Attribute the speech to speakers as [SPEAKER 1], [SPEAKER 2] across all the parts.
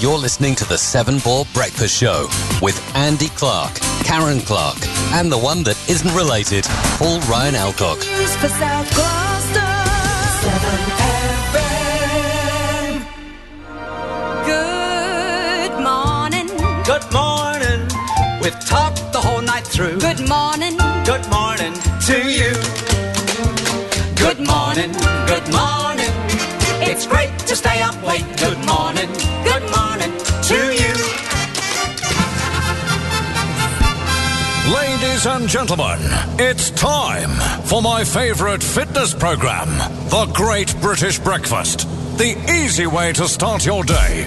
[SPEAKER 1] You're listening to the Seven Ball Breakfast Show with Andy Clark, Karen Clark, and the one that isn't related, Paul Ryan Alcock.
[SPEAKER 2] News for South Gloucester. 7 FM. Good morning.
[SPEAKER 3] Good morning. We've talked the whole night through.
[SPEAKER 2] Good morning.
[SPEAKER 3] Good morning to you. Good morning. Good morning. It's great to stay up late. Good morning. Good morning to you.
[SPEAKER 4] Ladies and gentlemen, it's time for my favorite fitness program, The Great British Breakfast. The easy way to start your day.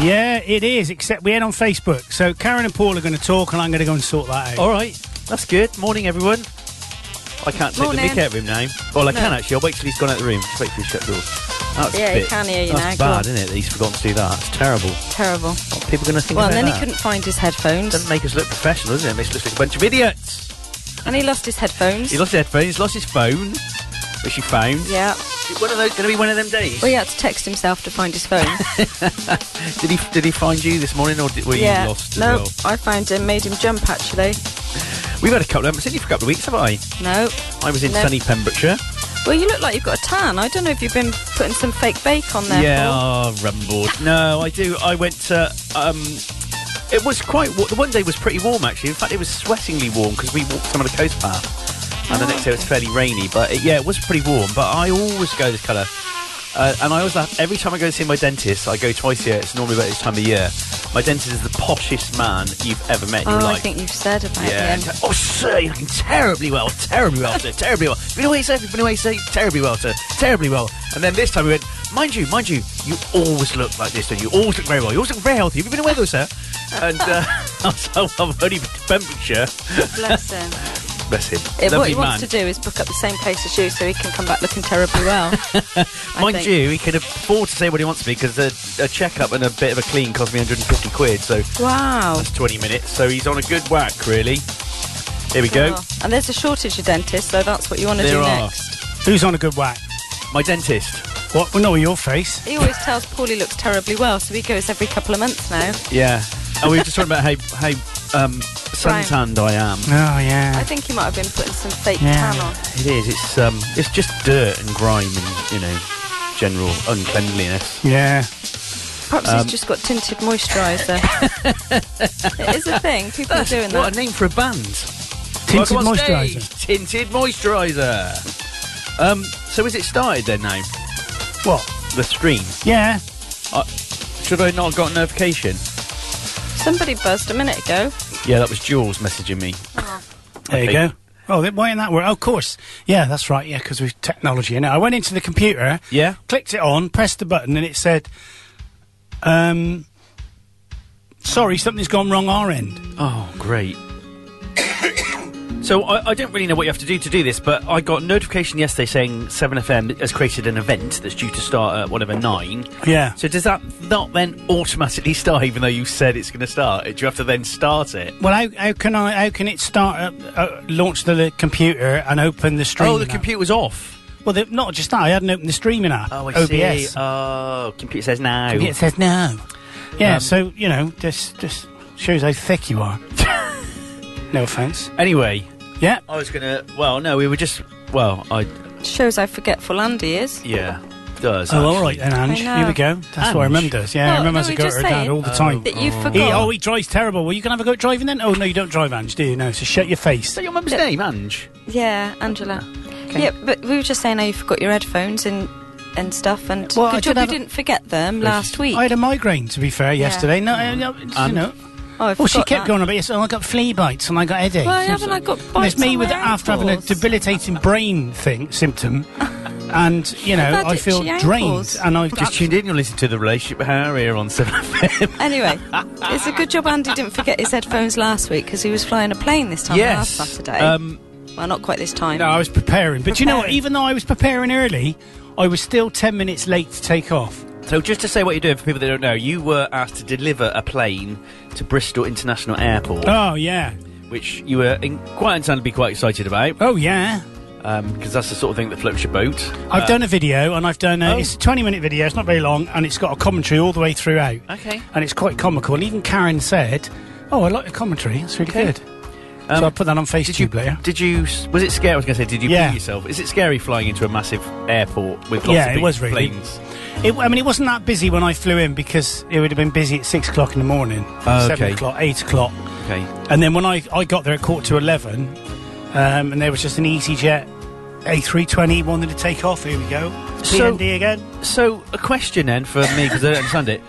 [SPEAKER 5] Yeah, it is, except we ain't on Facebook. So Karen and Paul are going to talk, and I'm going to go and sort that out.
[SPEAKER 6] All right, that's good. Morning, everyone. I can't take
[SPEAKER 7] Morning.
[SPEAKER 6] the mick out of him now. Well, I can
[SPEAKER 7] No.
[SPEAKER 6] actually. I'll wait till he's gone out of the room. Just wait till he shut the door. That's a
[SPEAKER 7] Yeah, he
[SPEAKER 6] bit-
[SPEAKER 7] can hear you now.
[SPEAKER 6] That's
[SPEAKER 7] Go on.
[SPEAKER 6] bad, isn't it? That he's forgotten to do that. It's terrible.
[SPEAKER 7] Terrible.
[SPEAKER 6] What are people going to think
[SPEAKER 7] Well,
[SPEAKER 6] about
[SPEAKER 7] and then
[SPEAKER 6] that?
[SPEAKER 7] he couldn't find his headphones,
[SPEAKER 6] Doesn't make us look professional, does it? It makes us look like a bunch of idiots.
[SPEAKER 7] and he lost his headphones.
[SPEAKER 6] He lost his headphones. He's lost his phone, which he found.
[SPEAKER 7] yeah.
[SPEAKER 6] Is One of those going to be one of them days.
[SPEAKER 7] Well, he had to text himself to find his phone.
[SPEAKER 6] Did he Did he find you this morning, or did, were
[SPEAKER 7] yeah.
[SPEAKER 6] you lost as
[SPEAKER 7] no,
[SPEAKER 6] well?
[SPEAKER 7] I found him, made him jump actually.
[SPEAKER 6] We've had a couple. I haven't seen you for a couple of weeks, have I?
[SPEAKER 7] No.
[SPEAKER 6] I was in
[SPEAKER 7] No.
[SPEAKER 6] sunny Pembrokeshire.
[SPEAKER 7] Well, you look like you've got a tan. I don't know if you've been putting some fake bake on there.
[SPEAKER 6] Yeah,
[SPEAKER 7] Paul.
[SPEAKER 6] oh, rumbled. No, I do. I went to. Um, it was quite. wa- The one day was pretty warm actually. In fact, it was sweatingly warm because we walked some of the coast path, and the next day
[SPEAKER 7] Ah.
[SPEAKER 6] was fairly rainy. But it, yeah, it was pretty warm. But I always go this colour, uh, and I always laugh every time I go to see my dentist. I go twice a year. It's normally about this time of year. My dentist is the poshest man you've ever met in your
[SPEAKER 7] Oh, I
[SPEAKER 6] life.
[SPEAKER 7] think you've said about
[SPEAKER 6] Yeah.
[SPEAKER 7] him.
[SPEAKER 6] Oh, sir, you're looking terribly well, terribly well, sir, terribly well. Been away, sir, been away, sir, terribly well, sir, terribly well. And then this time we went, mind you, mind you, you always look like this, and you always look very well. You always look very healthy. Have you been away though, sir? And uh, I was like, well, I've only been to Pembrokeshire.
[SPEAKER 7] Bless him.
[SPEAKER 6] Bless him.
[SPEAKER 7] It, what
[SPEAKER 6] Lovely
[SPEAKER 7] he
[SPEAKER 6] man.
[SPEAKER 7] wants to do is book up the same place as you, so he can come back looking terribly well. I
[SPEAKER 6] Mind
[SPEAKER 7] think.
[SPEAKER 6] you, he can afford to say what he wants to because a, a checkup and a bit of a clean cost me 150 quid, so
[SPEAKER 7] Wow.
[SPEAKER 6] that's 20 minutes. So he's on a good whack, really. Here we go.
[SPEAKER 7] Oh, And there's a shortage of dentists, so that's what you want to do
[SPEAKER 6] There are.
[SPEAKER 7] next.
[SPEAKER 5] Who's on a good whack?
[SPEAKER 6] My dentist.
[SPEAKER 5] What? Well, no, your face.
[SPEAKER 7] He always tells Paul he looks terribly well, so he goes every couple of months now.
[SPEAKER 6] Yeah. And we were just talking about how how um, suntanned I am.
[SPEAKER 5] Oh yeah.
[SPEAKER 7] I think he might have been putting some fake
[SPEAKER 5] Yeah.
[SPEAKER 7] tan on.
[SPEAKER 6] It is. It's um, it's just dirt and grime and you know, general uncleanliness.
[SPEAKER 5] Yeah.
[SPEAKER 7] Perhaps
[SPEAKER 6] Um,
[SPEAKER 7] he's just got tinted moisturiser. it is a thing. People are doing
[SPEAKER 6] what
[SPEAKER 7] that.
[SPEAKER 6] a name for a band.
[SPEAKER 5] Tinted
[SPEAKER 6] Welcome on stage,
[SPEAKER 5] moisturiser.
[SPEAKER 6] Tinted moisturiser. Um, so is it started then now?
[SPEAKER 5] What?
[SPEAKER 6] The stream.
[SPEAKER 5] Yeah.
[SPEAKER 6] Should I not have got a notification?
[SPEAKER 7] Somebody buzzed a minute ago.
[SPEAKER 6] Yeah, that was Jules messaging me.
[SPEAKER 7] Ah.
[SPEAKER 5] There you
[SPEAKER 6] Okay.
[SPEAKER 5] go. Oh, then why ain't that work? Oh, of course. Yeah, that's right. Yeah, because we've technology in it. I went into the computer.
[SPEAKER 6] Yeah.
[SPEAKER 5] Clicked it on, pressed the button, and it said, um, sorry, something's gone wrong our end.
[SPEAKER 6] Oh, great. so I, I don't really know what you have to do to do this, but I got a notification yesterday saying 7FM has created an event that's due to start at whatever, 9.
[SPEAKER 5] Yeah.
[SPEAKER 6] So does that not then automatically start, even though you said it's going to start? Do you have to then start it?
[SPEAKER 5] Well, how, how can I? How can it start up? Uh, launch the, li- computer and open the stream.
[SPEAKER 6] Oh, the
[SPEAKER 5] app?
[SPEAKER 6] computer's off.
[SPEAKER 5] Well, the, not just that. I hadn't opened the streaming app.
[SPEAKER 6] Oh, I
[SPEAKER 5] OBS.
[SPEAKER 6] see. Oh, computer says now.
[SPEAKER 5] It says no. Yeah.
[SPEAKER 6] Um,
[SPEAKER 5] so you know, just just shows how thick you are. no offense.
[SPEAKER 6] Anyway,
[SPEAKER 5] Yeah.
[SPEAKER 6] I was going to. Well, no, we were just. Well, I.
[SPEAKER 7] Shows how forgetful Andy is.
[SPEAKER 6] Yeah. Does.
[SPEAKER 5] Oh, all
[SPEAKER 6] actually.
[SPEAKER 5] right then, Ange.
[SPEAKER 7] I know.
[SPEAKER 5] Here we go. That's what I
[SPEAKER 6] Ange.
[SPEAKER 5] remember does. Yeah, I
[SPEAKER 7] Well,
[SPEAKER 5] remember
[SPEAKER 7] no,
[SPEAKER 5] as I
[SPEAKER 7] we're
[SPEAKER 5] go to
[SPEAKER 7] just
[SPEAKER 5] her dad
[SPEAKER 7] saying
[SPEAKER 5] all the time.
[SPEAKER 7] That you forgot.
[SPEAKER 5] He, oh, he drives terrible. Well, you can have a go at driving then? Oh, no, you don't drive, Ange, do you? No, so shut your face.
[SPEAKER 6] Is that your mum's name, Ange?
[SPEAKER 7] Yeah, Angela. Yeah, but we were just saying how you forgot your headphones and and stuff. And
[SPEAKER 5] Well, I
[SPEAKER 7] good
[SPEAKER 5] did
[SPEAKER 7] job
[SPEAKER 5] have a-
[SPEAKER 7] you didn't forget them last week.
[SPEAKER 5] I had a migraine, to be fair, yesterday. No,
[SPEAKER 7] Mm.
[SPEAKER 5] I- no, it's, you
[SPEAKER 6] And?
[SPEAKER 5] know.
[SPEAKER 7] oh, I
[SPEAKER 5] Well, she
[SPEAKER 7] forgot
[SPEAKER 5] kept
[SPEAKER 7] that.
[SPEAKER 5] going on about yes, oh, I got flea bites and I got headaches.
[SPEAKER 7] Why
[SPEAKER 5] And
[SPEAKER 7] haven't
[SPEAKER 5] so-
[SPEAKER 7] I got
[SPEAKER 5] and
[SPEAKER 7] bites
[SPEAKER 5] It's me
[SPEAKER 7] on
[SPEAKER 5] with
[SPEAKER 7] my
[SPEAKER 5] after having a
[SPEAKER 7] ankles?
[SPEAKER 5] debilitating brain thing symptom, and you know
[SPEAKER 7] had
[SPEAKER 5] I
[SPEAKER 7] itchy
[SPEAKER 5] feel drained
[SPEAKER 7] ankles.
[SPEAKER 5] and I've
[SPEAKER 6] Just tuned in, you're listening to The Relationship Hour here on 7FM.
[SPEAKER 7] Anyway, it's a good job Andy didn't forget his headphones last week because he was flying a plane this time
[SPEAKER 6] yes.
[SPEAKER 7] last Saturday.
[SPEAKER 6] Um,
[SPEAKER 7] well, not quite this time.
[SPEAKER 5] No, I was preparing, but you know what?
[SPEAKER 7] Preparing.
[SPEAKER 5] Even though I was preparing early, I was still ten minutes late to take off.
[SPEAKER 6] so, just to say what you're doing for people that don't know, you were asked to deliver a plane to Bristol International Airport,
[SPEAKER 5] Oh yeah,
[SPEAKER 6] which you were in, quite understandably quite excited about.
[SPEAKER 5] oh yeah.
[SPEAKER 6] because that's the sort of thing that floats your boat.
[SPEAKER 5] I've
[SPEAKER 7] Uh,
[SPEAKER 5] done a video and I've done a,
[SPEAKER 7] oh.
[SPEAKER 5] it's a 20 minute video, it's not very long, and it's got a commentary all the way throughout.
[SPEAKER 6] Okay.
[SPEAKER 5] And it's quite comical. And even Karen said, Oh, I like the commentary, it's really
[SPEAKER 6] Okay.
[SPEAKER 5] good.
[SPEAKER 6] Um,
[SPEAKER 5] so I put that on
[SPEAKER 6] Did you?
[SPEAKER 5] FaceTube later.
[SPEAKER 6] Did you? s- Was it scary? I was going to say, did you
[SPEAKER 5] Yeah.
[SPEAKER 6] pee yourself? Is it scary flying into a massive airport with lots
[SPEAKER 5] Yeah,
[SPEAKER 6] of
[SPEAKER 5] it
[SPEAKER 6] big
[SPEAKER 5] was really.
[SPEAKER 6] planes?
[SPEAKER 5] It, I mean, it wasn't that busy when I flew in because it would have been busy at 6 o'clock in the morning,
[SPEAKER 6] Oh,
[SPEAKER 5] 7
[SPEAKER 6] okay.
[SPEAKER 5] o'clock, 8 o'clock.
[SPEAKER 6] Okay.
[SPEAKER 5] And then when I, I got there at quarter to 11, um, and there was just an EasyJet A320 wanted to take off. Here we go.
[SPEAKER 6] So-
[SPEAKER 5] PND again.
[SPEAKER 6] So, a question then for me because I don't understand it.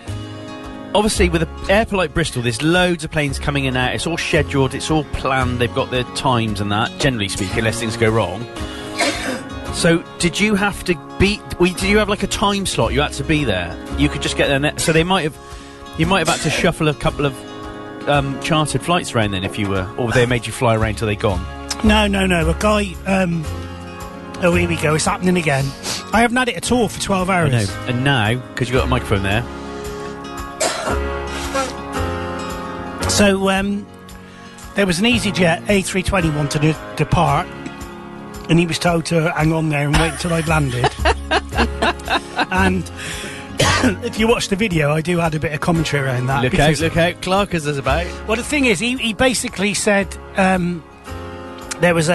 [SPEAKER 6] Obviously, with an airport like Bristol, there's loads of planes coming in and out. It's all scheduled, it's all planned. They've got their times and that. Generally speaking, unless things go wrong. So, did you have to be? we- Did you have like a time slot? You had to be there. You could just get there. Ne- so they might have. You might have had to shuffle a couple of um, chartered flights around then, if you were, or they made you fly around till they gone.
[SPEAKER 5] No, no, no. A guy. Um, oh, here we go. It's happening again. I haven't had it at all for 12 hours.
[SPEAKER 6] And now, because you got a microphone there,
[SPEAKER 5] So um, there was an EasyJet A320 wanted to depart, and he was told to hang on there and wait until I'd landed. and if you watch the video, I do add a bit of commentary around that.
[SPEAKER 6] look out,
[SPEAKER 5] because-
[SPEAKER 6] Uh, look out, Clark is us about.
[SPEAKER 5] Well, the thing is, he, he basically said um, there was a,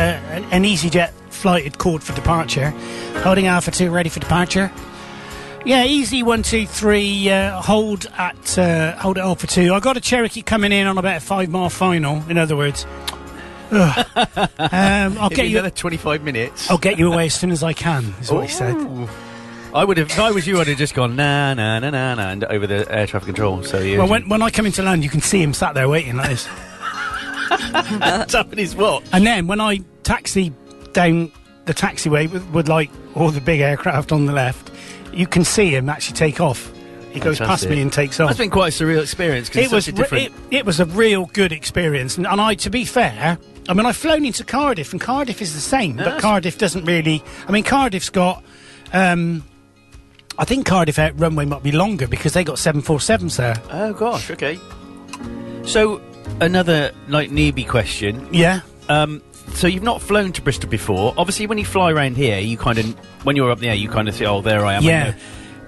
[SPEAKER 5] an EasyJet flight had called for departure, holding Alpha 2 ready for departure. Yeah, easy one, two, three. Uh, hold at uh, hold at Alpha two. I got a Cherokee coming in on about a five mile final. In other words, Ugh. um, I'll
[SPEAKER 6] It'd
[SPEAKER 5] get
[SPEAKER 6] be
[SPEAKER 5] you.
[SPEAKER 6] another 25 minutes.
[SPEAKER 5] I'll get you away as soon as I can. Is what he said.
[SPEAKER 6] Ooh. Mm. I would have. If I was you, I'd have just gone na na na na na and over the air traffic control. So you.
[SPEAKER 5] Well, when, when I come into land, you can see him sat there waiting like this.
[SPEAKER 6] that's up in his what?
[SPEAKER 5] And then when I taxi down the taxiway with, with like all the big aircraft on the left, you can see him actually take off. He goes past
[SPEAKER 6] Fantastic.
[SPEAKER 5] me and takes off.
[SPEAKER 6] That's been quite a surreal experience because
[SPEAKER 5] it
[SPEAKER 6] it's
[SPEAKER 5] was
[SPEAKER 6] such a
[SPEAKER 5] re-
[SPEAKER 6] different.
[SPEAKER 5] it, it was a real good experience, and, and I, to be fair, I mean I've flown into Cardiff, and Cardiff is the same, but
[SPEAKER 6] that's-
[SPEAKER 5] Cardiff doesn't really. I mean Cardiff's got. Um, I think Cardiff Air runway might be longer because they got 747s there.
[SPEAKER 6] oh gosh. Okay. So another like newbie question.
[SPEAKER 5] Yeah.
[SPEAKER 6] Um, so you've not flown to Bristol before. Obviously, when you fly around here, you kind of when you're up in the air, you kind of say, "Oh, there I am." I
[SPEAKER 5] Yeah.
[SPEAKER 6] know.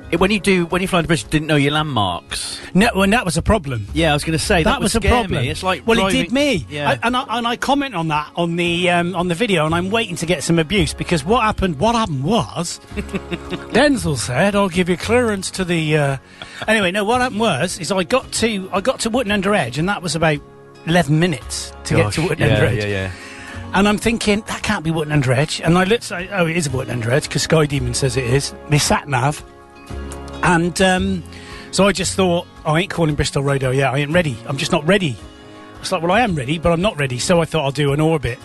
[SPEAKER 6] It- When you do, when you fly to Bristol, didn't know your landmarks.
[SPEAKER 5] No, and that was a problem.
[SPEAKER 6] Yeah, I was going to say that,
[SPEAKER 5] that,
[SPEAKER 6] would
[SPEAKER 5] was a
[SPEAKER 6] scare
[SPEAKER 5] problem.
[SPEAKER 6] Me. It's like
[SPEAKER 5] well,
[SPEAKER 6] driving,
[SPEAKER 5] it did me,
[SPEAKER 6] Yeah,
[SPEAKER 5] I, and I, and I comment on that on the um, on the video, and I'm waiting to get some abuse because what happened? What happened was, Denzel said, "I'll give you clearance to the." Uh... Anyway, no, what happened was is I got to I got to Wootton Under Edge, and that was about eleven minutes to
[SPEAKER 6] Gosh,
[SPEAKER 5] get to Wootton
[SPEAKER 6] yeah,
[SPEAKER 5] Under Edge,
[SPEAKER 6] yeah, yeah.
[SPEAKER 5] and I'm thinking that can't be Wootton Under Edge, and I looked, I, oh, it is Wootton Under Edge because Sky Demon says it is. My sat nav, and um, so I just thought, I ain't calling Bristol Rodo yet. I ain't ready. I'm just not ready. It's like, well, I am ready, but I'm not ready. So I thought I'll do an orbit.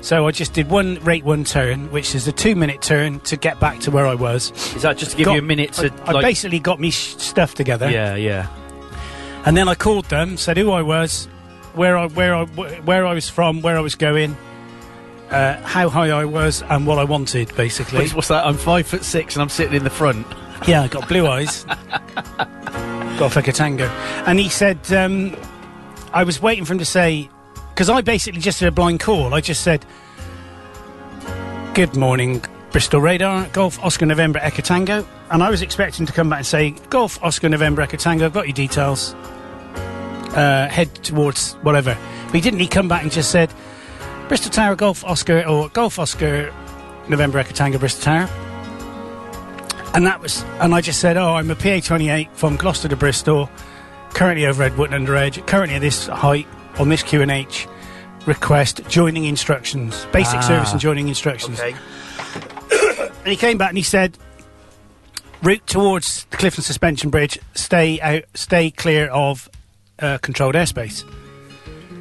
[SPEAKER 5] So I just did one rate one turn, which is a two minute turn to get back to where I was.
[SPEAKER 6] Is that just to give
[SPEAKER 5] Got-
[SPEAKER 6] you a minute to?
[SPEAKER 5] I, I
[SPEAKER 6] like,
[SPEAKER 5] basically got me sh- stuff together,
[SPEAKER 6] yeah, yeah.
[SPEAKER 5] and then I called them, said who I was, where I where I wh- where I was from, where I was going, uh, how high I was, and what I wanted, basically.
[SPEAKER 6] What's, what's that? I'm five foot six and I'm sitting in the front.
[SPEAKER 5] Yeah, I got blue eyes. got like a tango. And he said, um, I was waiting for him to say, because I basically just did a blind call. I just said, Good morning, Bristol Radar, Golf Oscar November Echo Tango. And I was expecting to come back and say, Golf Oscar November Echo Tango, I've got your details. Uh, head towards whatever. But he didn't. He come back and just said, Bristol Tower, Golf Oscar, or Golf Oscar November Echo Tango, Bristol Tower. And that was, and I just said, "Oh, I'm a PA28 from Gloucester to Bristol, currently over at Wootton Under Edge, currently at this height on this Q and H. Request joining instructions, basic service and joining instructions." And he came back and he said, "Route towards the Clifton Suspension Bridge. Stay out. Stay clear of uh, controlled airspace."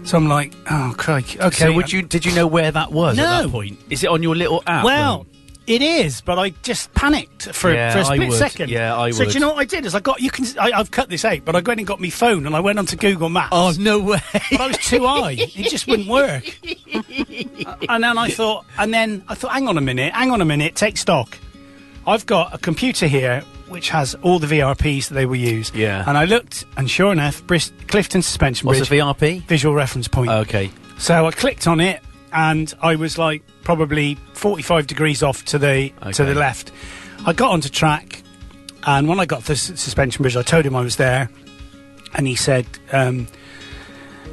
[SPEAKER 5] So I'm like, "Oh, crikey. Okay."
[SPEAKER 6] so, would you? Did you know where that was at
[SPEAKER 5] No.
[SPEAKER 6] that point? Is it on your little app?
[SPEAKER 5] Well,
[SPEAKER 6] Or-
[SPEAKER 5] it is, but I just panicked for,
[SPEAKER 6] Yeah,
[SPEAKER 5] for a
[SPEAKER 6] I
[SPEAKER 5] split
[SPEAKER 6] would.
[SPEAKER 5] second.
[SPEAKER 6] Yeah, I
[SPEAKER 5] so So
[SPEAKER 6] would.
[SPEAKER 5] do you know what I did? Is I got you can I, I've cut this out, but I went and got my phone and I went onto Google Maps.
[SPEAKER 6] oh no way!
[SPEAKER 5] But I was too high; it just wouldn't work. and then I thought, and then I thought, hang on a minute, hang on a minute, take stock. I've got a computer here which has all the VRPs that they will use.
[SPEAKER 6] Yeah.
[SPEAKER 5] And I looked, and sure enough, Brist- Clifton Suspension
[SPEAKER 6] What's a
[SPEAKER 5] Bridge
[SPEAKER 6] VRP?
[SPEAKER 5] visual reference point.
[SPEAKER 6] Oh, Okay.
[SPEAKER 5] So I clicked on it, and I was like probably 45 degrees off to the to
[SPEAKER 6] Okay.
[SPEAKER 5] the left. I got onto track, and when I got to the s- suspension bridge, I told him I was there, and he said, um,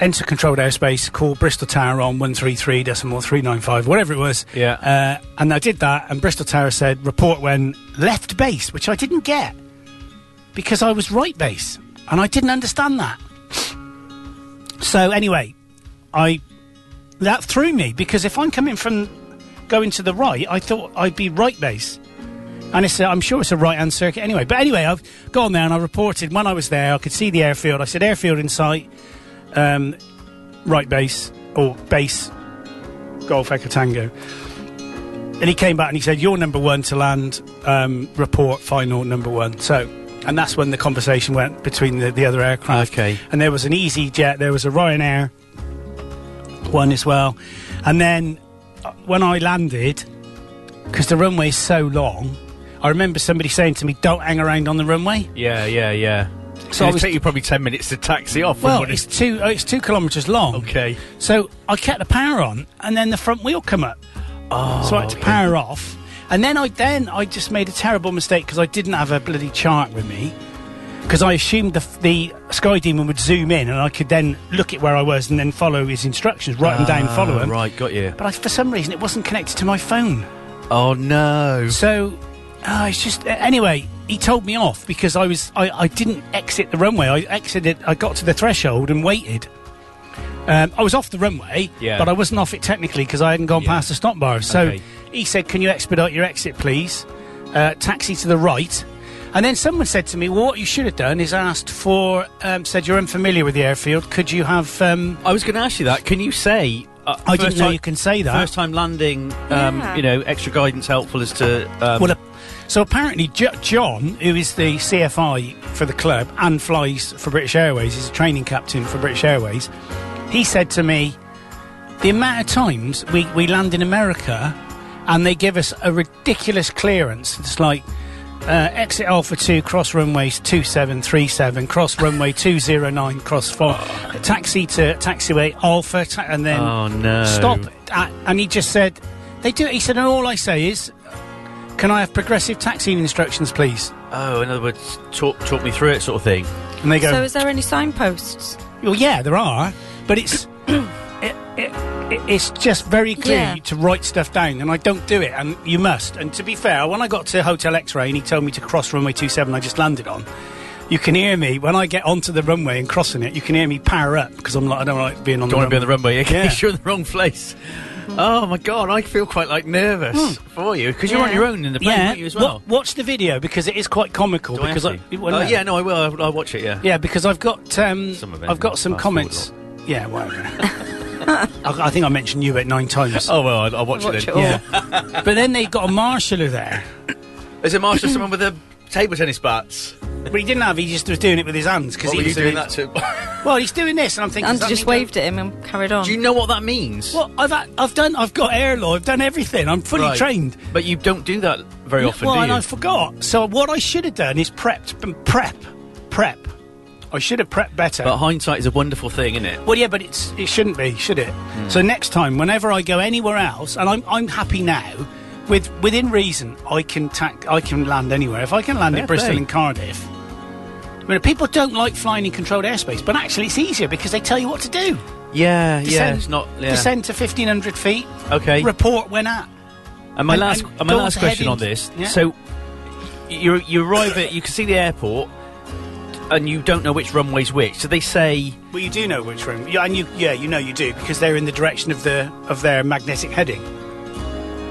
[SPEAKER 5] "Enter controlled airspace. Call Bristol Tower on one three three decimal three nine five, whatever it was."
[SPEAKER 6] Yeah.
[SPEAKER 5] Uh, and I did that, and Bristol Tower said, "Report when left base," which I didn't get because I was right base, and I didn't understand that. So anyway, I that threw me because if I'm coming from going to the right, I thought I'd be right base, and it's a, I'm sure it's a right hand circuit anyway. But anyway, I've gone there and I reported when I was there, I could see the airfield. I said airfield in sight, um, right base or base, golf echo tango. And he came back and he said, "You're number one to land. Um, report final number one." So, and that's when the conversation went between the, the other aircraft.
[SPEAKER 6] Okay.
[SPEAKER 5] And there was an Easy Jet, there was a Ryanair one as well, and then uh, when I landed, because the runway's so long, I remember somebody saying to me, "Don't hang around on the runway."
[SPEAKER 6] Yeah, yeah, yeah. So
[SPEAKER 5] I
[SPEAKER 6] it
[SPEAKER 5] was-
[SPEAKER 6] took you probably ten minutes to taxi off. from
[SPEAKER 5] Well,
[SPEAKER 6] what
[SPEAKER 5] it's two oh, it's two kilometres long.
[SPEAKER 6] okay.
[SPEAKER 5] So I kept the power on, and then the front wheel come up. Oh, so I had to power off, and then I then I just made a terrible mistake because I didn't have a bloody chart with me. Because I assumed the, f- the Sky Demon would zoom in, and I could then look at where I was and then follow his instructions, write them down, follow
[SPEAKER 6] Ah,
[SPEAKER 5] him.
[SPEAKER 6] Right, got you.
[SPEAKER 5] But I, for some reason, it wasn't connected to my phone.
[SPEAKER 6] Oh no.
[SPEAKER 5] So uh, it's just a- anyway. He told me off because I was I, I didn't exit the runway. I exited. I got to the threshold and waited. Um, I was off the runway,
[SPEAKER 6] Yeah.
[SPEAKER 5] but I wasn't off it technically because I hadn't gone
[SPEAKER 6] Yeah.
[SPEAKER 5] past the stop bar. So
[SPEAKER 6] Okay.
[SPEAKER 5] he said, "Can you expedite your exit, please? Uh, taxi to the right." And then someone said to me, "Well, what you should have done is asked for." Um, said you're unfamiliar with the airfield. Could you have? Um,
[SPEAKER 6] I was going to ask you that. Can you say? Uh,
[SPEAKER 5] I didn't
[SPEAKER 6] first
[SPEAKER 5] know
[SPEAKER 6] time-
[SPEAKER 5] you can say that.
[SPEAKER 6] First time landing, um,
[SPEAKER 7] Yeah.
[SPEAKER 6] you know, extra guidance helpful as to. Um,
[SPEAKER 5] Well, uh, so apparently J- John, who is the CFI for the club and flies for British Airways, is a training captain for British Airways. He said to me, the amount of times we, we land in America and they give us a ridiculous clearance. It's like uh, exit Alpha 2, cross runways 2737, cross runway 209, cross 4, taxi to taxiway Alpha, ta- and then
[SPEAKER 6] Oh, no.
[SPEAKER 5] stop. At, and he just said, they do it. He said, and all I say is, can I have progressive taxiing instructions, please?
[SPEAKER 6] oh, in other words, talk talk me through it, sort of thing.
[SPEAKER 5] And they go,
[SPEAKER 7] So, is there any signposts?
[SPEAKER 5] well, yeah, there are, but it's it, it, it, it's just very clear
[SPEAKER 7] Yeah.
[SPEAKER 5] to write stuff down, and I don't do it, and you must. And to be fair, when I got to Hotel X-Ray and he told me to cross runway 27 I just landed on, you can hear me, when I get onto the runway and crossing it, you can hear me power up, because I'm like, I don't like being on
[SPEAKER 6] Don't
[SPEAKER 5] the
[SPEAKER 6] want to be on the
[SPEAKER 5] runway.
[SPEAKER 6] runway. Okay,
[SPEAKER 5] Yeah.
[SPEAKER 6] you're in the wrong place. Oh my god, I feel quite like nervous for you because you're on
[SPEAKER 7] Yeah.
[SPEAKER 6] your own in the plane,
[SPEAKER 5] yeah,
[SPEAKER 6] aren't you as well?
[SPEAKER 5] wa- watch the video, because it is quite comical.
[SPEAKER 6] Do I have
[SPEAKER 5] because
[SPEAKER 6] to?
[SPEAKER 5] I, well,
[SPEAKER 6] Uh,
[SPEAKER 5] no.
[SPEAKER 6] yeah, no, I will. I'll, I'll watch it. Yeah.
[SPEAKER 5] Yeah, because I've got um,
[SPEAKER 6] Some of it,
[SPEAKER 5] I've got
[SPEAKER 6] not
[SPEAKER 5] some
[SPEAKER 6] fast
[SPEAKER 5] comments. Yeah, whatever. I, I think I mentioned you about nine times.
[SPEAKER 6] Oh well, I'll, I'll watch,
[SPEAKER 7] Watch
[SPEAKER 6] it.
[SPEAKER 7] it
[SPEAKER 6] Then.
[SPEAKER 7] all.
[SPEAKER 5] Yeah. but then they got a marshaller there.
[SPEAKER 6] Is it Marshall someone with a table tennis bats?
[SPEAKER 5] But he didn't have. He just was doing it with his hands because
[SPEAKER 6] What
[SPEAKER 5] he
[SPEAKER 6] were you
[SPEAKER 5] was
[SPEAKER 6] doing that to?
[SPEAKER 5] Well, he's doing this, and I'm thinking.
[SPEAKER 7] And
[SPEAKER 5] does that
[SPEAKER 7] just
[SPEAKER 5] mean-
[SPEAKER 7] waved at him and carried on.
[SPEAKER 6] Do you know what that means?
[SPEAKER 5] Well, I've had, I've done. I've got air law. I've done everything. I'm fully
[SPEAKER 6] Right.
[SPEAKER 5] trained.
[SPEAKER 6] But you don't do that very often,
[SPEAKER 5] well,
[SPEAKER 6] do you?
[SPEAKER 5] and I forgot. So what I should have done is prepped. been Prep, prep. I should have prepped better.
[SPEAKER 6] but hindsight is a wonderful thing, isn't it?
[SPEAKER 5] Well, yeah, but it's it shouldn't be, should it?
[SPEAKER 6] Hmm.
[SPEAKER 5] So next time, whenever I go anywhere else, and I'm I'm happy now, with within reason, I can tack, I can land anywhere. If I can land
[SPEAKER 6] Fair
[SPEAKER 5] at Bristol
[SPEAKER 6] play.
[SPEAKER 5] and Cardiff, I mean, people don't like flying in controlled airspace, but actually it's easier because they tell you what to do.
[SPEAKER 6] Yeah, yeah.
[SPEAKER 5] Descend-
[SPEAKER 6] It's not. Yeah.
[SPEAKER 5] Descend to fifteen hundred feet.
[SPEAKER 6] Okay.
[SPEAKER 5] Report when at.
[SPEAKER 6] And my
[SPEAKER 5] And-
[SPEAKER 6] last,
[SPEAKER 5] and
[SPEAKER 6] and my
[SPEAKER 5] go
[SPEAKER 6] last
[SPEAKER 5] to
[SPEAKER 6] question on
[SPEAKER 5] headings.
[SPEAKER 6] this.
[SPEAKER 5] Yeah.
[SPEAKER 6] So, you you arrive at you can see the airport, and you don't know which runway's which. So they say,
[SPEAKER 5] Well, you do know which room, yeah, and you yeah you know you do because they're in the direction of the of their magnetic heading.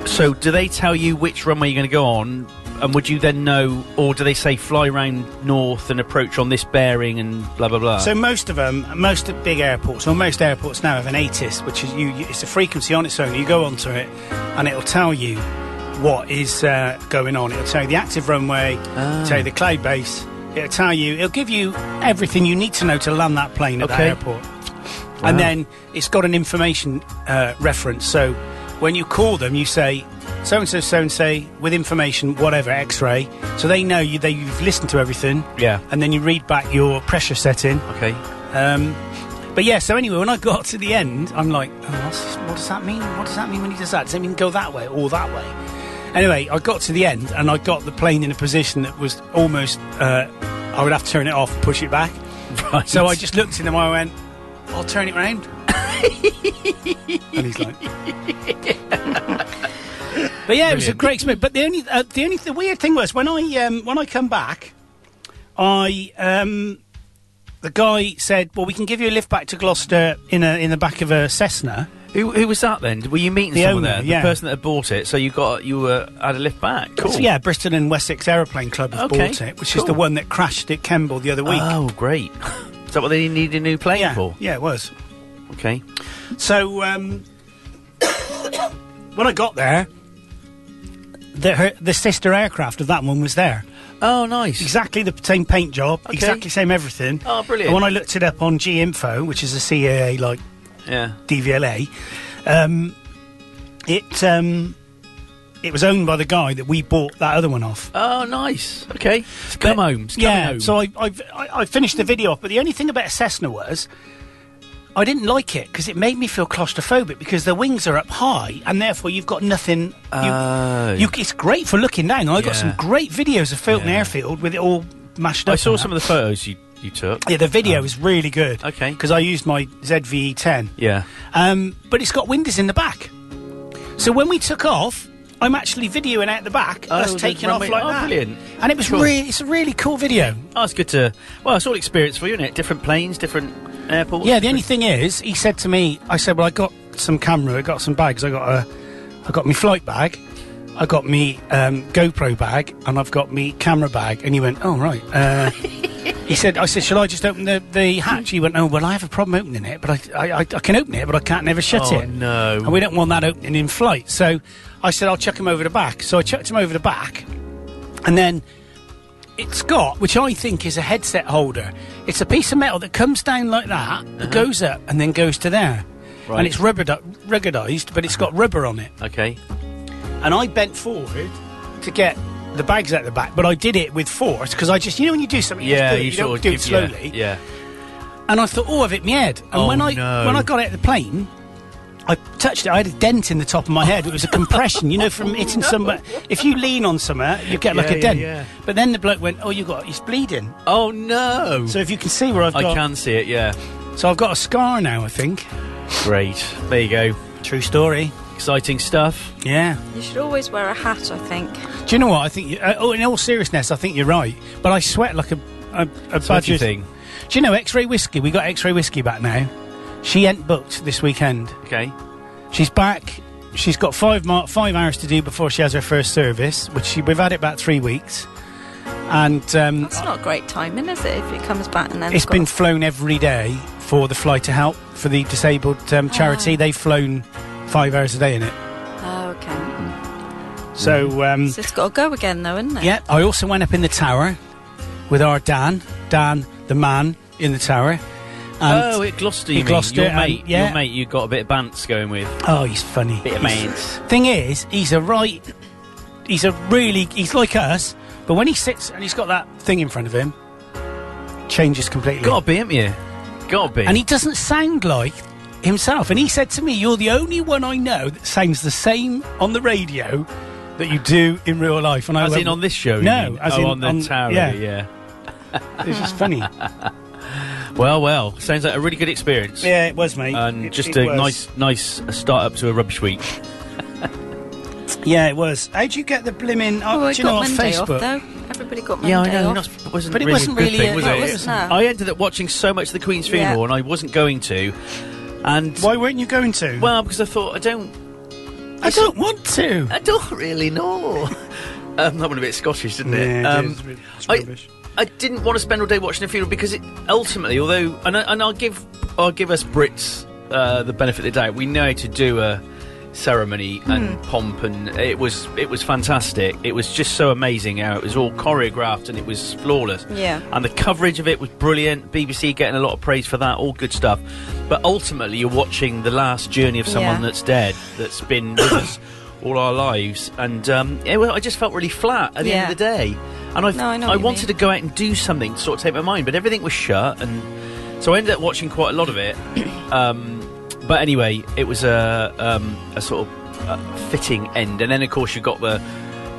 [SPEAKER 6] so do they tell you which runway you're going to go on, and would you then know, or do they say fly round north and approach on this bearing and blah blah blah?
[SPEAKER 5] So most of them, most of big airports or most airports now have an ATIS, which is you. you- It's a frequency on its own. You go onto it, and it'll tell you what is uh, going on. It'll tell you the active runway, it'll
[SPEAKER 6] Ah.
[SPEAKER 5] tell you the cloud base. It'll tell you. It'll give you everything you need to know to land that plane at
[SPEAKER 6] Okay.
[SPEAKER 5] that airport. And then it's got an information uh, reference. So when you call them, you say so and so, so and so with information, whatever X-ray. So they know you. They you've listened to everything.
[SPEAKER 6] Yeah.
[SPEAKER 5] And then you read back your pressure setting.
[SPEAKER 6] okay,
[SPEAKER 5] Um, But yeah, so anyway, when I got to the end, I'm like, oh, what's, what does that mean? What does that mean when he does that? Does that mean go that way or that way? Anyway, I got to the end and I got the plane in a position that was almost, uh, I would have to turn it off, push it back.
[SPEAKER 6] Right.
[SPEAKER 5] So uh, I just looked in the eye and went, I'll turn it round. and he's like, but yeah, it was a great experience. But the only, uh, the only, the weird thing was when I, um, when I come back, I, um, the guy said, "Well, we can give you a lift back to Gloucester in a in the back of a Cessna."
[SPEAKER 6] Who, who was that then? Were you meeting
[SPEAKER 5] The
[SPEAKER 6] someone
[SPEAKER 5] owner,
[SPEAKER 6] there? The
[SPEAKER 5] yeah.
[SPEAKER 6] person that had bought it. So you got you were had a lift back. Cool.
[SPEAKER 5] So, yeah, Bristol and Wessex Aeroplane Club have
[SPEAKER 6] Okay,
[SPEAKER 5] bought it, which is
[SPEAKER 6] cool.
[SPEAKER 5] the one that crashed at Kemble the other week.
[SPEAKER 6] Oh, great. Is that what they need a new plane
[SPEAKER 5] yeah,
[SPEAKER 6] for?
[SPEAKER 5] yeah, it was.
[SPEAKER 6] Okay.
[SPEAKER 5] So um, when I got there, the her, the sister aircraft of that one was there.
[SPEAKER 6] Oh, nice.
[SPEAKER 5] Exactly the same paint job,
[SPEAKER 6] Okay.
[SPEAKER 5] exactly same everything.
[SPEAKER 6] Oh, brilliant.
[SPEAKER 5] And when I looked it up on G Info, which is a CAA like
[SPEAKER 6] Yeah.
[SPEAKER 5] DVLA. Um, it um, it was owned by the guy that we bought that other one off.
[SPEAKER 6] Oh, nice. Okay. Come
[SPEAKER 5] But-
[SPEAKER 6] home. It's coming
[SPEAKER 5] yeah.
[SPEAKER 6] home.
[SPEAKER 5] So I, I've, I I finished the video off, but the only thing about a Cessna was. I didn't like it because it made me feel claustrophobic because the wings are up high and therefore you've got nothing. You,
[SPEAKER 6] Oh.
[SPEAKER 5] you, it's great for looking down. I got
[SPEAKER 6] Yeah.
[SPEAKER 5] some great videos of Filton
[SPEAKER 6] Yeah.
[SPEAKER 5] Airfield with it all mashed up.
[SPEAKER 6] I saw
[SPEAKER 5] and
[SPEAKER 6] some
[SPEAKER 5] that.
[SPEAKER 6] of the photos you, you took.
[SPEAKER 5] Yeah, the video is really good.
[SPEAKER 6] Okay.
[SPEAKER 5] Because I used my ZVE 10.
[SPEAKER 6] Yeah.
[SPEAKER 5] Um, but it's got windows in the back. So when we took off, I'm actually videoing out the back,
[SPEAKER 6] Oh,
[SPEAKER 5] us
[SPEAKER 6] the
[SPEAKER 5] taking off
[SPEAKER 6] runway-
[SPEAKER 5] like
[SPEAKER 6] oh,
[SPEAKER 5] that.
[SPEAKER 6] brilliant.
[SPEAKER 5] And it was
[SPEAKER 6] Cool.
[SPEAKER 5] really, it's a really cool video.
[SPEAKER 6] Oh, it's good to. Well, it's all experience for you, isn't it? Different planes, different airports.
[SPEAKER 5] Yeah, the only thing is, he said to me, I said, well, I got some camera, I got some bags, I got a, I got my flight bag, I got me um, GoPro bag, and I've got me camera bag. And he went, oh right. Uh, he said, I said, shall I just open the, the hatch? He went, oh well, I have a problem opening it, but I, I, I, I can open it, but I can't never shut
[SPEAKER 6] Oh,
[SPEAKER 5] it.
[SPEAKER 6] no.
[SPEAKER 5] And we don't want that opening in flight. So I said, I'll chuck him over the back. So I chucked him over the back, and then it's got, which I think is a headset holder. It's a piece of metal that comes down like that, that goes up, and then goes to there.
[SPEAKER 6] Uh-huh. Right.
[SPEAKER 5] And it's rubber ruggedized, but it's got rubber on it.
[SPEAKER 6] Okay.
[SPEAKER 5] And I bent forward to get the bags out the back, but I did it with force because I just, you know, when you do something, you, just
[SPEAKER 6] Yeah,
[SPEAKER 5] do it,
[SPEAKER 6] you,
[SPEAKER 5] you
[SPEAKER 6] sort
[SPEAKER 5] don't
[SPEAKER 6] of
[SPEAKER 5] do
[SPEAKER 6] give-
[SPEAKER 5] it slowly.
[SPEAKER 6] Yeah.
[SPEAKER 5] And I thought, oh, I've hit my head. And
[SPEAKER 6] Oh,
[SPEAKER 5] when I
[SPEAKER 6] no.
[SPEAKER 5] when I got out of the plane, I touched it. I had a dent in the top of my head. It was a compression, you know, from hitting somebody. If you lean on somewhere, you get like
[SPEAKER 6] Yeah,
[SPEAKER 5] a
[SPEAKER 6] yeah,
[SPEAKER 5] dent.
[SPEAKER 6] yeah.
[SPEAKER 5] But then the bloke went, oh, you got, it's bleeding.
[SPEAKER 6] yeah. Oh no.
[SPEAKER 5] So if you can see where I've
[SPEAKER 6] I
[SPEAKER 5] got,
[SPEAKER 6] can see it. Yeah.
[SPEAKER 5] so I've got a scar now. I think.
[SPEAKER 6] Great. There you go.
[SPEAKER 5] True story.
[SPEAKER 6] Exciting stuff.
[SPEAKER 5] Yeah.
[SPEAKER 7] You should always wear a hat, I think.
[SPEAKER 5] Do you know what? I think. You, uh, oh, in all seriousness, I think you're right. But I sweat like a a, a
[SPEAKER 6] What do you
[SPEAKER 5] badger.
[SPEAKER 6] think?
[SPEAKER 5] Do you know X-ray whiskey? We got X-ray whiskey back now. She ain't booked this weekend.
[SPEAKER 6] Okay.
[SPEAKER 5] She's back. She's got five mar- five hours to do before she has her first service, which she, we've had it about three weeks, and um,
[SPEAKER 7] That's not great timing, is it? If it comes back and then
[SPEAKER 5] it's
[SPEAKER 7] got-
[SPEAKER 5] been flown every day for the fly to help for the disabled um, charity. They've flown five hours a day in it.
[SPEAKER 7] Oh, okay.
[SPEAKER 5] So
[SPEAKER 6] Mm.
[SPEAKER 5] um,
[SPEAKER 7] So it's got to go again, though, isn't it?
[SPEAKER 5] yeah, I also went up in the tower with our Dan, Dan the man in the tower. And,
[SPEAKER 6] oh, it Gloucester.
[SPEAKER 5] It
[SPEAKER 6] You mean.
[SPEAKER 5] Gloucester,
[SPEAKER 6] your
[SPEAKER 5] um,
[SPEAKER 6] mate.
[SPEAKER 5] yeah.
[SPEAKER 6] Your mate. You got a bit of bants going with.
[SPEAKER 5] oh, he's funny.
[SPEAKER 6] Bit of
[SPEAKER 5] He's-
[SPEAKER 6] mates.
[SPEAKER 5] Thing is, he's a right. He's a really. He's like us, but when he sits and he's got that thing in front of him, changes completely.
[SPEAKER 6] Got to be, haven't you? Got to be.
[SPEAKER 5] And he doesn't sound like himself. And he said to me, "You're the only one I know that sounds the same on the radio that you do in real life." And I
[SPEAKER 6] as
[SPEAKER 5] went,
[SPEAKER 6] in on this show. you
[SPEAKER 5] uh, No,
[SPEAKER 6] mean?
[SPEAKER 5] as
[SPEAKER 6] oh,
[SPEAKER 5] in
[SPEAKER 6] on the
[SPEAKER 5] on-
[SPEAKER 6] tower.
[SPEAKER 5] yeah.
[SPEAKER 6] yeah.
[SPEAKER 5] This is funny.
[SPEAKER 6] Well, well. Sounds like a really good experience.
[SPEAKER 5] yeah, it was, mate.
[SPEAKER 6] And
[SPEAKER 5] It-
[SPEAKER 6] just
[SPEAKER 5] it
[SPEAKER 6] a
[SPEAKER 5] was.
[SPEAKER 6] nice, nice start up to a rubbish week.
[SPEAKER 5] Yeah, it was. How'd you get the blimmin? Oh,
[SPEAKER 7] Oh, I
[SPEAKER 5] do you know
[SPEAKER 7] got
[SPEAKER 5] on
[SPEAKER 7] Monday
[SPEAKER 5] Facebook?
[SPEAKER 7] off, though. Everybody got Monday
[SPEAKER 6] Yeah, I know.
[SPEAKER 7] off.
[SPEAKER 6] not- it wasn't
[SPEAKER 5] But it
[SPEAKER 6] really
[SPEAKER 5] wasn't
[SPEAKER 6] a good
[SPEAKER 5] really
[SPEAKER 6] thing,
[SPEAKER 5] a-
[SPEAKER 6] was
[SPEAKER 5] no,
[SPEAKER 6] it?
[SPEAKER 5] it
[SPEAKER 7] wasn't.
[SPEAKER 6] I ended up watching so much of the Queen's
[SPEAKER 7] Yeah.
[SPEAKER 6] funeral, and I wasn't going to. And
[SPEAKER 5] Why weren't you going to?
[SPEAKER 6] well, because I thought I don't,
[SPEAKER 5] I don't want to.
[SPEAKER 6] I don't really know. um, that went a bit Scottish, didn't it?
[SPEAKER 5] Yeah, it
[SPEAKER 6] um,
[SPEAKER 5] is a bit- it's
[SPEAKER 6] I,
[SPEAKER 5] rubbish.
[SPEAKER 6] I didn't want to spend all day watching the funeral because it ultimately, although, and, I, and I'll give, I'll give us Brits uh, the benefit of the doubt. We know how to do a ceremony and pomp, and it was it was fantastic. It was just so amazing how it was all choreographed and it was flawless.
[SPEAKER 7] Yeah.
[SPEAKER 6] and the coverage of it was brilliant. BBC getting a lot of praise for that. All good stuff. But ultimately, you're watching the last journey of someone
[SPEAKER 7] Yeah.
[SPEAKER 6] that's dead, that's been with us all our lives, and um, it, wa- I just felt really flat at the end
[SPEAKER 7] Yeah.
[SPEAKER 6] of the day. And I,
[SPEAKER 7] No, I know what you
[SPEAKER 6] wanted
[SPEAKER 7] mean.
[SPEAKER 6] to go out and do something to sort of take my mind, but everything was shut and. So I ended up watching quite a lot of it. Um, but anyway, it was a, um, a sort of uh fitting end. And then, of course, you got the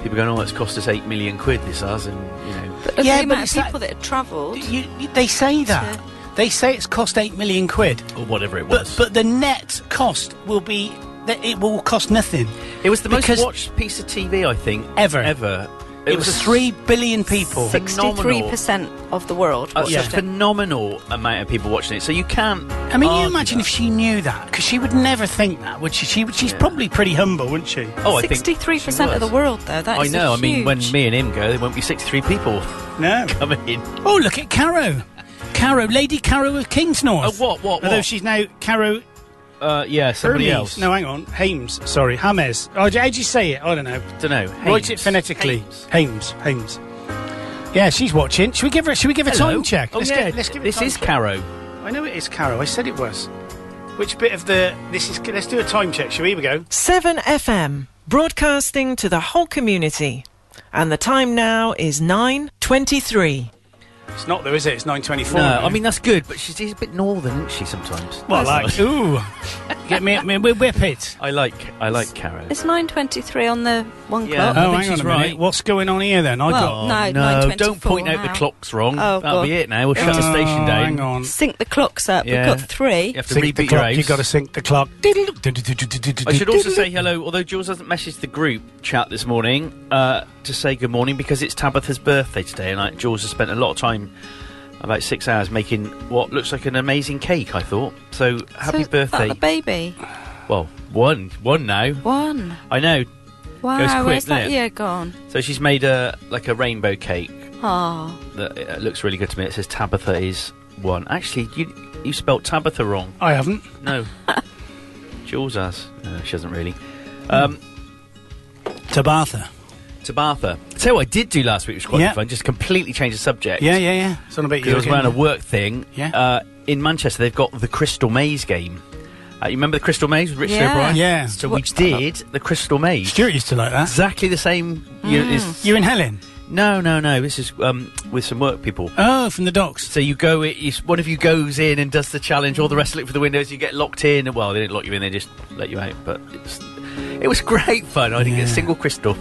[SPEAKER 6] people going, oh, it's cost us 8 million quid, this has. And, you know.
[SPEAKER 7] But look
[SPEAKER 5] Yeah,
[SPEAKER 7] at the
[SPEAKER 5] but
[SPEAKER 7] amount
[SPEAKER 5] it's
[SPEAKER 7] of
[SPEAKER 5] that-
[SPEAKER 7] people that had travelled.
[SPEAKER 5] You, you- they say that. They say it's cost eight million quid,
[SPEAKER 6] or whatever it
[SPEAKER 5] but
[SPEAKER 6] was.
[SPEAKER 5] but the net cost will be that it will cost nothing.
[SPEAKER 6] it was the most
[SPEAKER 5] because-
[SPEAKER 6] watched piece of TV, I think,
[SPEAKER 5] Ever.
[SPEAKER 6] Ever.
[SPEAKER 5] It, was, three billion people.
[SPEAKER 6] Six-
[SPEAKER 7] Sixty-three percent of the world.
[SPEAKER 6] That's
[SPEAKER 5] Yeah.
[SPEAKER 6] a phenomenal amount of people watching it. So you can't.
[SPEAKER 5] I mean, you
[SPEAKER 6] argue
[SPEAKER 5] imagine
[SPEAKER 6] that.
[SPEAKER 5] if she knew that because she would never think that, would she? she would- she's
[SPEAKER 6] Yeah.
[SPEAKER 5] probably pretty humble, wouldn't she?
[SPEAKER 6] Oh, I think
[SPEAKER 7] Sixty-three percent
[SPEAKER 6] she
[SPEAKER 7] of the
[SPEAKER 6] was.
[SPEAKER 7] world, though. That
[SPEAKER 6] I
[SPEAKER 7] is a
[SPEAKER 6] know. I mean, when
[SPEAKER 7] huge-
[SPEAKER 6] me and him go, there won't be sixty-three people
[SPEAKER 5] No.
[SPEAKER 6] coming in.
[SPEAKER 5] Oh, look at Caro. Caro, Lady Caro of Kingsnorth.
[SPEAKER 6] Oh, what, what,
[SPEAKER 5] Although
[SPEAKER 6] what?
[SPEAKER 5] she's now Caro
[SPEAKER 6] Uh, yeah, somebody
[SPEAKER 5] Hermes.
[SPEAKER 6] else.
[SPEAKER 5] No, hang on. Hames. Sorry, Hames. Oh, d- how do you say it? I don't know.
[SPEAKER 6] don't know.
[SPEAKER 5] Write it phonetically. Hames. Hames. Yeah, she's watching. Should we give her? Should we give a time check?
[SPEAKER 6] Oh,
[SPEAKER 5] let's
[SPEAKER 6] yeah.
[SPEAKER 5] get, let's give it a
[SPEAKER 6] this
[SPEAKER 5] time
[SPEAKER 6] is
[SPEAKER 5] check.
[SPEAKER 6] Caro.
[SPEAKER 5] I know it is Caro. I said it was. Which bit of the? This is. Let's do a time check. Shall we? Here we go.
[SPEAKER 8] 7 FM, broadcasting to the whole community. And the time now is 9.23.
[SPEAKER 5] It's not though, is it? It's nine twenty-four.
[SPEAKER 6] No, I mean that's good, but she's, she's a bit northern, isn't she? Sometimes.
[SPEAKER 5] well, like, ooh, get me, me, we whip it.
[SPEAKER 6] I like, I like Caro.
[SPEAKER 7] It's nine twenty-three on the one
[SPEAKER 6] Yeah.
[SPEAKER 5] Oh,
[SPEAKER 7] clock.
[SPEAKER 5] hang
[SPEAKER 6] she's
[SPEAKER 5] on a minute.
[SPEAKER 6] right.
[SPEAKER 5] What's going on here then? I
[SPEAKER 7] Well,
[SPEAKER 5] got.
[SPEAKER 7] no,
[SPEAKER 6] Oh, no, don't
[SPEAKER 7] 9:24
[SPEAKER 6] point out
[SPEAKER 7] now.
[SPEAKER 6] the clock's wrong.
[SPEAKER 7] Oh,
[SPEAKER 6] That'll
[SPEAKER 7] God.
[SPEAKER 6] be it now. We'll shut the
[SPEAKER 5] Oh,
[SPEAKER 6] station down.
[SPEAKER 5] Hang on.
[SPEAKER 7] Sync the clocks up.
[SPEAKER 6] Yeah.
[SPEAKER 7] We've got three.
[SPEAKER 6] You have to
[SPEAKER 5] Sync the
[SPEAKER 6] rebeat your
[SPEAKER 5] clock. You
[SPEAKER 6] race.
[SPEAKER 5] got to sync the clock.
[SPEAKER 6] I should also say hello, although Jules hasn't messaged the group chat this morning uh, to say good morning because it's Tabitha's birthday today, and I, Jules has spent a lot of time, about six hours, making what looks like an amazing cake. I thought so.
[SPEAKER 7] So
[SPEAKER 6] Happy
[SPEAKER 7] is that
[SPEAKER 6] birthday!
[SPEAKER 7] the baby.
[SPEAKER 6] well, one, one now.
[SPEAKER 7] One.
[SPEAKER 6] I know.
[SPEAKER 7] Wow.
[SPEAKER 6] quick,
[SPEAKER 7] where's that
[SPEAKER 6] doesn't it?
[SPEAKER 7] year gone?
[SPEAKER 6] So she's made a like a rainbow cake
[SPEAKER 7] Oh,
[SPEAKER 6] that uh, looks really good to me. It says Tabitha is one. Actually, you you spelt Tabitha wrong.
[SPEAKER 5] I haven't.
[SPEAKER 6] No, Jules has. No, she doesn't really. Um,
[SPEAKER 5] Tabatha.
[SPEAKER 6] Tabatha. Tell you what I did do last week, which was quite
[SPEAKER 5] Yeah.
[SPEAKER 6] fun. Just completely change the subject.
[SPEAKER 5] Yeah, yeah, yeah. It's on about
[SPEAKER 6] Because
[SPEAKER 5] you.
[SPEAKER 6] I was
[SPEAKER 5] again.
[SPEAKER 6] around a work thing.
[SPEAKER 5] Yeah.
[SPEAKER 6] Uh, in Manchester, they've got the Crystal Maze game. Uh, you remember the Crystal Maze with Richard
[SPEAKER 7] Yeah.
[SPEAKER 6] O'Brien?
[SPEAKER 5] Yeah.
[SPEAKER 6] So
[SPEAKER 7] What's
[SPEAKER 6] we did the Crystal Maze.
[SPEAKER 5] Stuart used to like that.
[SPEAKER 6] Exactly the same. You know, it's-
[SPEAKER 5] You and Helen.
[SPEAKER 6] no, no, no. This is um, with some work people.
[SPEAKER 5] Oh, from the docks.
[SPEAKER 6] So you go, i- you, s- one of you goes in and does the challenge, all the rest look for the windows, you get locked in. Well, they didn't lock you in, they just let you out. But it's, it was great fun. I didn't get a
[SPEAKER 5] Yeah.
[SPEAKER 6] single crystal.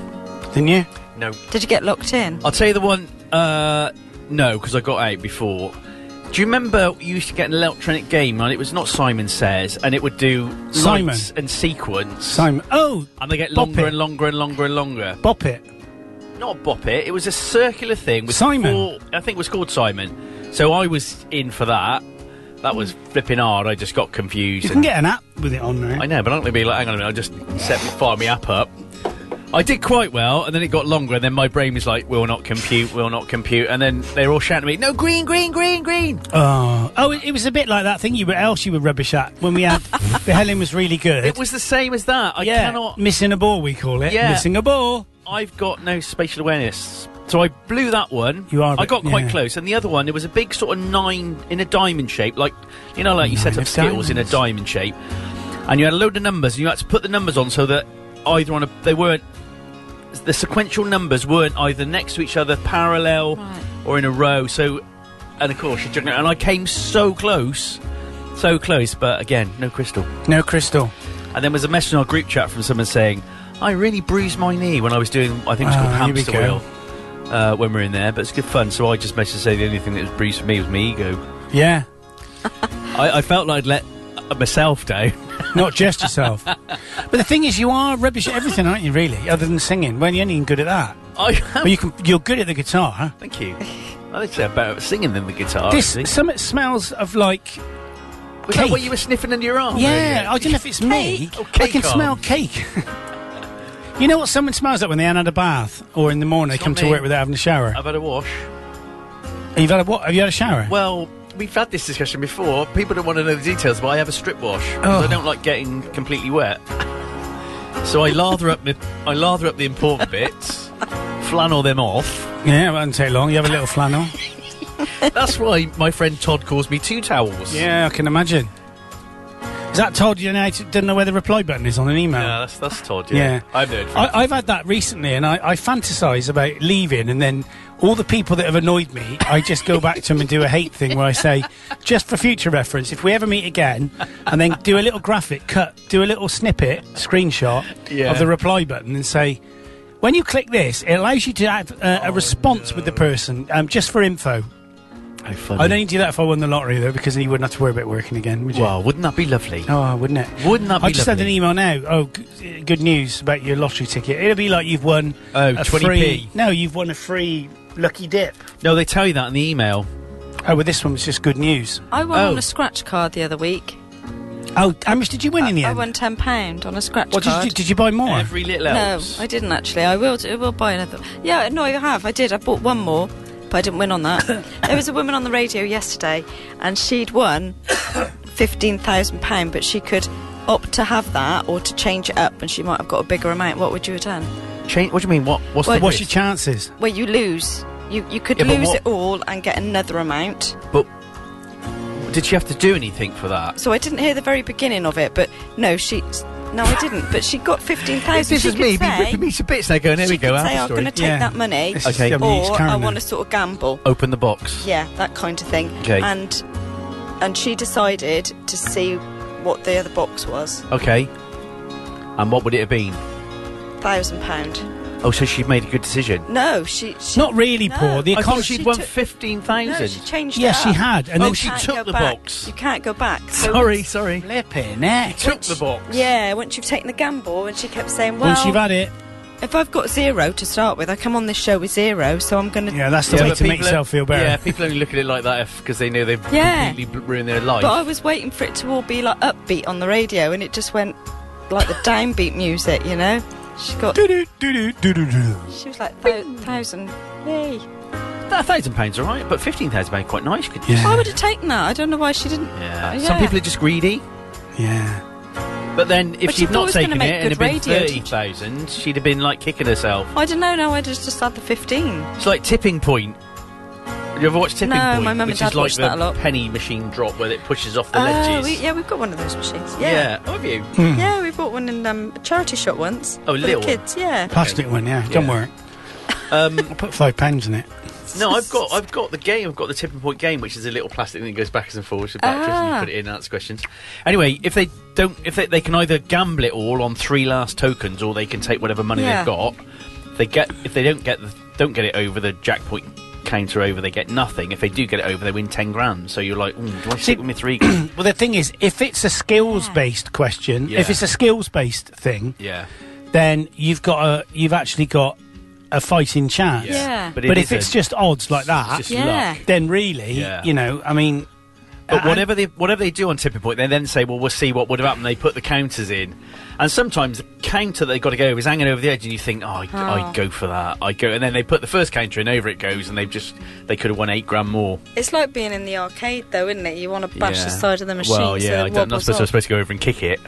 [SPEAKER 5] Didn't you?
[SPEAKER 6] No.
[SPEAKER 7] did you get locked in?
[SPEAKER 6] I'll tell you the one. Uh, no, because I got out before. Do you remember you used to get an electronic game and it was not Simon Says and it would do
[SPEAKER 5] Simon.
[SPEAKER 6] lights and sequence
[SPEAKER 5] Simon. Oh,
[SPEAKER 6] and they get
[SPEAKER 5] Bop
[SPEAKER 6] longer
[SPEAKER 5] It.
[SPEAKER 6] and longer and longer and longer.
[SPEAKER 5] Bop It.
[SPEAKER 6] Not Bop It. It was a circular thing with
[SPEAKER 5] Simon.
[SPEAKER 6] four- I think it was called Simon. So I was in for that. That was flipping hard. I just got confused.
[SPEAKER 5] You can
[SPEAKER 6] and-
[SPEAKER 5] get an app with it on there.
[SPEAKER 6] I know, but I'm going to be like, hang on a minute, I'll just set me, fire me app up. I did quite well, and then it got longer, and then my brain was like, will not compute, will not compute, and then they were all shouting at me, no, green, green, green, green.
[SPEAKER 5] Oh, oh, it, it was a bit like that thing you were else you were rubbish at when we had. the Helen was really good.
[SPEAKER 6] It was the same as that. I
[SPEAKER 5] yeah,
[SPEAKER 6] cannot,
[SPEAKER 5] missing a ball. We call it
[SPEAKER 6] Yeah.
[SPEAKER 5] missing a ball.
[SPEAKER 6] I've got no spatial awareness. So I blew that one.
[SPEAKER 5] You are a
[SPEAKER 6] I
[SPEAKER 5] bit-
[SPEAKER 6] got quite
[SPEAKER 5] yeah.
[SPEAKER 6] close, and the other one, it was a big sort of nine in a diamond shape, like you know, like you set
[SPEAKER 5] Nine
[SPEAKER 6] up
[SPEAKER 5] of
[SPEAKER 6] skittles in a
[SPEAKER 5] diamonds.
[SPEAKER 6] diamond shape, and you had a load of numbers, and you had to put the numbers on so that either on a they weren't the sequential numbers weren't either next to each other, parallel,
[SPEAKER 7] Right.
[SPEAKER 6] or in a row. So, and of course, you juggle it, and I came so close, so close, but again, no crystal.
[SPEAKER 5] No crystal.
[SPEAKER 6] And then was a message in our group chat from someone saying, "I really bruised my knee when I was doing, I think it was called
[SPEAKER 5] Ah, here we
[SPEAKER 6] hamster
[SPEAKER 5] go.
[SPEAKER 6] wheel." Uh, when we were in there, but it's good fun. So I just messaged to say the only thing that was bruised for me was my ego.
[SPEAKER 5] Yeah,
[SPEAKER 6] I, I felt like I'd let uh, myself down.
[SPEAKER 5] not just yourself. but the thing is, you are rubbish at everything, aren't you? Really, other than singing. Well, you're only good at that.
[SPEAKER 6] I
[SPEAKER 5] But you can. You're good at the guitar.
[SPEAKER 6] Thank you. I think say better at singing than the guitar.
[SPEAKER 5] this
[SPEAKER 6] actually.
[SPEAKER 5] some smells of like.
[SPEAKER 6] was that
[SPEAKER 5] cake.
[SPEAKER 6] what you were sniffing under your arm?
[SPEAKER 5] Yeah, I don't know if it's me.
[SPEAKER 6] Oh, Cake? Oh,
[SPEAKER 5] I
[SPEAKER 6] cake
[SPEAKER 5] can
[SPEAKER 6] arms.
[SPEAKER 5] smell cake. you know what someone smells like when they haven't had a bath, or in the morning
[SPEAKER 6] It's
[SPEAKER 5] they come
[SPEAKER 6] not
[SPEAKER 5] to
[SPEAKER 6] me.
[SPEAKER 5] work without having a shower.
[SPEAKER 6] I've had a wash.
[SPEAKER 5] You've had a what? Have you had a shower?
[SPEAKER 6] Well, we've had this discussion before. People don't want to know the details, but I have a strip wash
[SPEAKER 5] Oh.
[SPEAKER 6] 'cause I don't like getting completely wet. So I lather up the I lather up the important bits, flannel them off.
[SPEAKER 5] yeah, it won't take long. You have a little flannel.
[SPEAKER 6] That's why my friend Todd calls me two towels.
[SPEAKER 5] yeah, I can imagine. Is that told you now? to- Didn't know where the reply button is on an email.
[SPEAKER 6] Yeah, that's that's Todd.
[SPEAKER 5] Yeah.
[SPEAKER 6] Yeah, I've known. for-
[SPEAKER 5] I, I've had that recently, and I, I fantasize about leaving, and then all the people that have annoyed me, I just go back to them and do a hate thing where I say, just for future reference, if we ever meet again, and then do a little graphic cut, do a little snippet screenshot
[SPEAKER 6] Yeah.
[SPEAKER 5] of the reply button, and say. When you click this, it allows you to have uh,
[SPEAKER 6] Oh,
[SPEAKER 5] a response with the person, um, just for info.
[SPEAKER 6] How funny.
[SPEAKER 5] I'd only do that if I won the lottery, though, because then you wouldn't have to worry about working again, would you?
[SPEAKER 6] Wow, wouldn't that be lovely?
[SPEAKER 5] Oh, wouldn't it?
[SPEAKER 6] Wouldn't that
[SPEAKER 5] I
[SPEAKER 6] be
[SPEAKER 5] just had an
[SPEAKER 6] lovely?
[SPEAKER 5] email now. Oh, g- uh, good news about your lottery ticket. It'll be like you've won
[SPEAKER 6] Oh,
[SPEAKER 5] a
[SPEAKER 6] 20p.
[SPEAKER 5] free. No, you've won a free lucky dip.
[SPEAKER 6] No, they tell you that in the email.
[SPEAKER 5] Oh, well, this one was just good news.
[SPEAKER 7] I won
[SPEAKER 6] Oh.
[SPEAKER 7] on a scratch card the other week.
[SPEAKER 5] Oh, how much did you win in the
[SPEAKER 7] I
[SPEAKER 5] end?
[SPEAKER 7] won ten pound on a scratch
[SPEAKER 5] What did
[SPEAKER 7] card.
[SPEAKER 5] you, did you buy more?
[SPEAKER 6] Every little
[SPEAKER 7] no,
[SPEAKER 6] else.
[SPEAKER 7] I didn't actually. I will. do- I will buy another. Yeah, no, I have. I did. I bought one more, but I didn't win on that. there was a woman on the radio yesterday, and she'd won fifteen thousand pound, but she could opt to have that or to change it up, and she might have got a bigger amount. What would you have done?
[SPEAKER 6] Change. What do you mean? What? What's
[SPEAKER 7] Well,
[SPEAKER 6] the
[SPEAKER 5] What's your
[SPEAKER 6] risk?
[SPEAKER 5] chances?
[SPEAKER 7] Well, you lose. You you could
[SPEAKER 6] Yeah, but
[SPEAKER 7] lose
[SPEAKER 6] what-
[SPEAKER 7] it all and get another amount.
[SPEAKER 6] But did she have to do anything for that?
[SPEAKER 7] So I didn't hear the very beginning of it, but no, she. No, I didn't. But she got fifteen thousand.
[SPEAKER 6] This is me be ripping me to bits. There, going. There
[SPEAKER 7] she
[SPEAKER 6] we go.
[SPEAKER 7] could
[SPEAKER 6] half
[SPEAKER 7] say,
[SPEAKER 6] the
[SPEAKER 7] I'm
[SPEAKER 6] story.
[SPEAKER 7] going to take
[SPEAKER 5] Yeah.
[SPEAKER 7] that money,
[SPEAKER 5] This is
[SPEAKER 6] Okay.
[SPEAKER 5] WH
[SPEAKER 7] or I
[SPEAKER 5] Karen
[SPEAKER 7] want
[SPEAKER 5] then.
[SPEAKER 7] to sort of gamble.
[SPEAKER 6] Open the box.
[SPEAKER 7] Yeah, that kind of thing.
[SPEAKER 6] Okay.
[SPEAKER 7] And and she decided to see what the other box was.
[SPEAKER 6] Okay. And what would it have been?
[SPEAKER 7] Thousand pound.
[SPEAKER 6] Oh, so she made a good decision.
[SPEAKER 7] No, she. she
[SPEAKER 5] Not really
[SPEAKER 7] No.
[SPEAKER 5] poor. The
[SPEAKER 6] I thought
[SPEAKER 5] economy.
[SPEAKER 6] she'd
[SPEAKER 7] she
[SPEAKER 6] won
[SPEAKER 7] took-
[SPEAKER 6] fifteen
[SPEAKER 7] no, she
[SPEAKER 6] thousand.
[SPEAKER 7] changed.
[SPEAKER 5] Yes,
[SPEAKER 7] it
[SPEAKER 5] she
[SPEAKER 7] up.
[SPEAKER 5] had, and
[SPEAKER 6] Oh,
[SPEAKER 5] then
[SPEAKER 7] You
[SPEAKER 6] she
[SPEAKER 7] can't
[SPEAKER 6] took
[SPEAKER 7] go
[SPEAKER 6] the
[SPEAKER 7] back.
[SPEAKER 6] box.
[SPEAKER 7] You can't go back. So
[SPEAKER 6] Sorry,
[SPEAKER 7] it's-
[SPEAKER 6] sorry.
[SPEAKER 5] flipping heck.
[SPEAKER 6] Took the box.
[SPEAKER 7] Yeah, once you've taken the gamble, and she kept saying, "Well,
[SPEAKER 5] Once you've had it,
[SPEAKER 7] if I've got zero to start with, I come on this show with zero, so I'm going to."
[SPEAKER 5] yeah, that's the
[SPEAKER 6] Yeah,
[SPEAKER 5] way
[SPEAKER 6] but
[SPEAKER 5] to make
[SPEAKER 6] people are-
[SPEAKER 5] yourself feel better.
[SPEAKER 6] Yeah, people only look at it like that because they know they've
[SPEAKER 7] Yeah.
[SPEAKER 6] completely bl- ruined their life.
[SPEAKER 7] But I was waiting for it to all be like upbeat on the radio, and it just went like the downbeat music, you know. She got.
[SPEAKER 5] Do-do, do-do, do-do-do.
[SPEAKER 7] She was like "Thou- thousand. Yay!
[SPEAKER 6] That thousand pounds, all right, but fifteen thousand pounds quite nice. You could
[SPEAKER 5] Yeah.
[SPEAKER 7] I would have taken that. I don't know why she didn't.
[SPEAKER 6] Yeah.
[SPEAKER 7] Uh,
[SPEAKER 6] Some people are just greedy.
[SPEAKER 5] Yeah.
[SPEAKER 6] But then, if
[SPEAKER 7] But
[SPEAKER 6] she'd
[SPEAKER 7] you thought
[SPEAKER 6] not
[SPEAKER 7] it was gonna
[SPEAKER 6] taken it
[SPEAKER 7] make
[SPEAKER 6] and
[SPEAKER 7] good
[SPEAKER 6] it'd been
[SPEAKER 7] radio,
[SPEAKER 6] thirty
[SPEAKER 7] didn't
[SPEAKER 6] thousand, she'd have been like kicking herself.
[SPEAKER 7] I don't know. No, I just just had the fifteen.
[SPEAKER 6] It's like tipping point. You ever watch tipping
[SPEAKER 7] No,
[SPEAKER 6] point?
[SPEAKER 7] my mum and
[SPEAKER 6] which
[SPEAKER 7] dad
[SPEAKER 6] is like
[SPEAKER 7] watched
[SPEAKER 6] the
[SPEAKER 7] that a lot.
[SPEAKER 6] penny machine drop where it pushes off the
[SPEAKER 7] Oh,
[SPEAKER 6] ledges.
[SPEAKER 7] we, yeah, we've got one of those machines. Yeah,
[SPEAKER 6] yeah. Oh, have you?
[SPEAKER 7] yeah, we bought one in um, a charity shop once.
[SPEAKER 6] Oh,
[SPEAKER 7] for
[SPEAKER 6] little
[SPEAKER 7] the
[SPEAKER 6] one.
[SPEAKER 7] kids. Yeah.
[SPEAKER 5] Plastic one, yeah. Don't
[SPEAKER 6] Yeah.
[SPEAKER 5] worry. I put five pounds in it.
[SPEAKER 6] Um, No, I've got I've got the game. I've got the tipping point game, which is a little plastic thing that goes backwards and forwards with batteries, and you
[SPEAKER 7] Ah.
[SPEAKER 6] put it in and answer questions. Anyway, if they don't, if they, they can either gamble it all on three last tokens, or they can take whatever money
[SPEAKER 7] Yeah.
[SPEAKER 6] they've got. If They get if they don't get the, don't get it over the jackpot counter over, they get nothing. If they do get it over, they win ten grand. So you're like, mm, do I stick with my three? grand?"
[SPEAKER 5] Well, the thing is, if it's a skills based question,
[SPEAKER 6] Yeah.
[SPEAKER 5] if it's a skills based thing,
[SPEAKER 6] yeah,
[SPEAKER 5] then you've got a you've actually got a fighting chance.
[SPEAKER 7] Yeah.
[SPEAKER 5] But, if it's
[SPEAKER 6] isn't.
[SPEAKER 5] just odds like that,
[SPEAKER 6] It's just
[SPEAKER 7] Yeah.
[SPEAKER 6] luck.
[SPEAKER 5] then really,
[SPEAKER 6] Yeah.
[SPEAKER 5] you know, I mean,
[SPEAKER 6] But
[SPEAKER 5] Uh,
[SPEAKER 6] whatever they whatever they do on tipping point, they then say, "Well, we'll see what would have happened." They put the counters in, and sometimes the counter they've got to go over is hanging over the edge, and you think, "Oh, I, I go for that, I go." And then they put the first counter in, over it goes, and they've just they could have won eight grand more.
[SPEAKER 7] It's like being in the arcade, though, isn't it? You want to bash
[SPEAKER 6] Yeah.
[SPEAKER 7] the side of the machine.
[SPEAKER 6] Well, yeah,
[SPEAKER 7] so
[SPEAKER 6] I
[SPEAKER 7] it
[SPEAKER 6] don't, not
[SPEAKER 7] wobbles
[SPEAKER 6] supposed, I'm
[SPEAKER 7] off.
[SPEAKER 6] supposed to go over and kick it.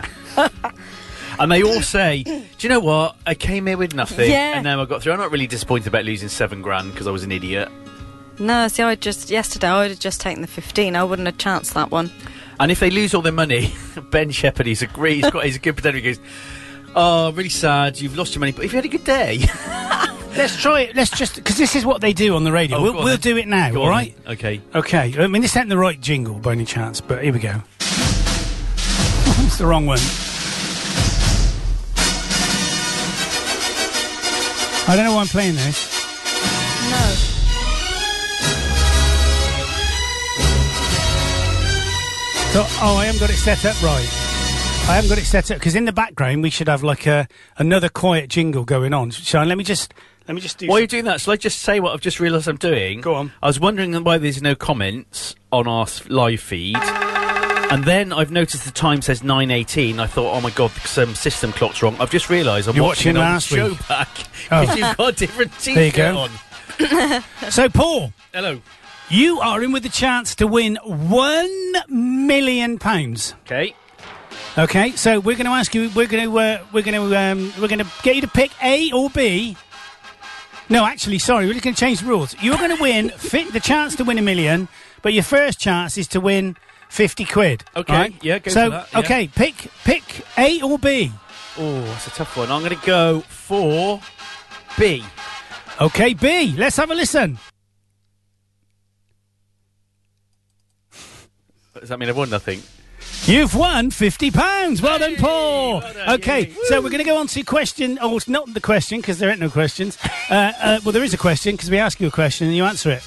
[SPEAKER 6] and they all say, "Do you know what? I came here with nothing,
[SPEAKER 7] Yeah.
[SPEAKER 6] and now I got through." I'm not really disappointed about losing seven grand because I was an idiot.
[SPEAKER 7] No, see, I just yesterday I would have just taken the fifteen. I wouldn't have chanced that one.
[SPEAKER 6] And if they lose all their money, Ben Shepherd, he's a great, he's, got, he's a good pretender. He goes, "Oh, really sad. You've lost your money, but if you had a good day,
[SPEAKER 5] let's try it. Let's just because this is what they do on the radio.
[SPEAKER 6] Oh,
[SPEAKER 5] we'll
[SPEAKER 6] go on
[SPEAKER 5] we'll
[SPEAKER 6] then.
[SPEAKER 5] do it now,
[SPEAKER 6] Go
[SPEAKER 5] all
[SPEAKER 6] on
[SPEAKER 5] right?
[SPEAKER 6] then. Okay.
[SPEAKER 5] Okay. I mean, this ain't the right jingle by any chance, but here we go. it's the wrong one. I don't know why I'm playing this.
[SPEAKER 7] No.
[SPEAKER 5] So, oh, I haven't got it set up right. I haven't got it set up because in the background we should have like a another quiet jingle going on. Sean, let me just let me just do.
[SPEAKER 6] While you're doing that, shall I just say what I've just realised I'm doing?
[SPEAKER 5] Go on.
[SPEAKER 6] I was wondering why there's no comments on our s- live feed. And then I've noticed the time says 9.18. I thought, oh my God, some system clock's wrong. I've just realised I'm
[SPEAKER 5] You're
[SPEAKER 6] watching,
[SPEAKER 5] watching
[SPEAKER 6] an old
[SPEAKER 5] last
[SPEAKER 6] show
[SPEAKER 5] week.
[SPEAKER 6] back.
[SPEAKER 5] Oh.
[SPEAKER 6] 'Cause you've got a different
[SPEAKER 5] you
[SPEAKER 6] t-shirt
[SPEAKER 5] go.
[SPEAKER 6] on.
[SPEAKER 5] so, Paul.
[SPEAKER 6] Hello.
[SPEAKER 5] You are in with a chance to win one million pounds.
[SPEAKER 6] Okay.
[SPEAKER 5] Okay, so we're going to ask you. We're going to uh, we're going to um, we're going to get you to pick A or B. No, actually, sorry, we're just going to change the rules. You're going to win fit the chance to win a million, but your first chance is to win 50 quid.
[SPEAKER 6] Okay,
[SPEAKER 5] right?
[SPEAKER 6] yeah, go
[SPEAKER 5] So,
[SPEAKER 6] for that, yeah.
[SPEAKER 5] okay, pick pick A or B.
[SPEAKER 6] Oh, that's a tough one. I'm going to go for B.
[SPEAKER 5] Okay, B. Let's have a listen.
[SPEAKER 6] Does that mean I've won nothing?
[SPEAKER 5] You've won fifty pounds. Well done, Paul. okay, so we're going to go on to question. Oh, it's not the question because there ain't no questions. uh, uh, well, there is a question because we ask you a question and you answer it.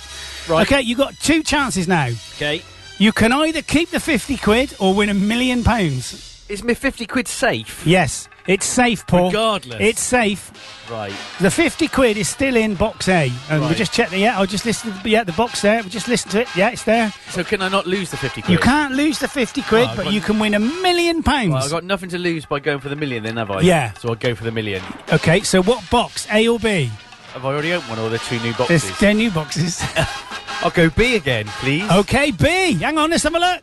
[SPEAKER 6] Right.
[SPEAKER 5] Okay, you got two chances now.
[SPEAKER 6] Okay.
[SPEAKER 5] You can either keep the fifty quid or win a million pounds.
[SPEAKER 6] Is my 50 quid safe?
[SPEAKER 5] Yes, it's safe, Paul.
[SPEAKER 6] Regardless.
[SPEAKER 5] it's safe.
[SPEAKER 6] Right.
[SPEAKER 5] The fifty quid is still in box A, and we
[SPEAKER 6] Right.
[SPEAKER 5] just checked the yeah. I'll just listen. To, yeah, the box there. We just listen to it. Yeah, it's there.
[SPEAKER 6] So can I not lose the 50 quid?
[SPEAKER 5] You can't lose the fifty quid,
[SPEAKER 6] Oh, I've
[SPEAKER 5] but
[SPEAKER 6] got-
[SPEAKER 5] you can win a million pounds.
[SPEAKER 6] Well, I've got nothing to lose by going for the million then, have I?
[SPEAKER 5] Yeah.
[SPEAKER 6] So I'll go for the million.
[SPEAKER 5] Okay, so what box? A or B?
[SPEAKER 6] Have I already opened one or the two new
[SPEAKER 5] There's
[SPEAKER 6] boxes?
[SPEAKER 5] ten new boxes.
[SPEAKER 6] I'll go B again, please.
[SPEAKER 5] okay, B. Hang on, let's have a look.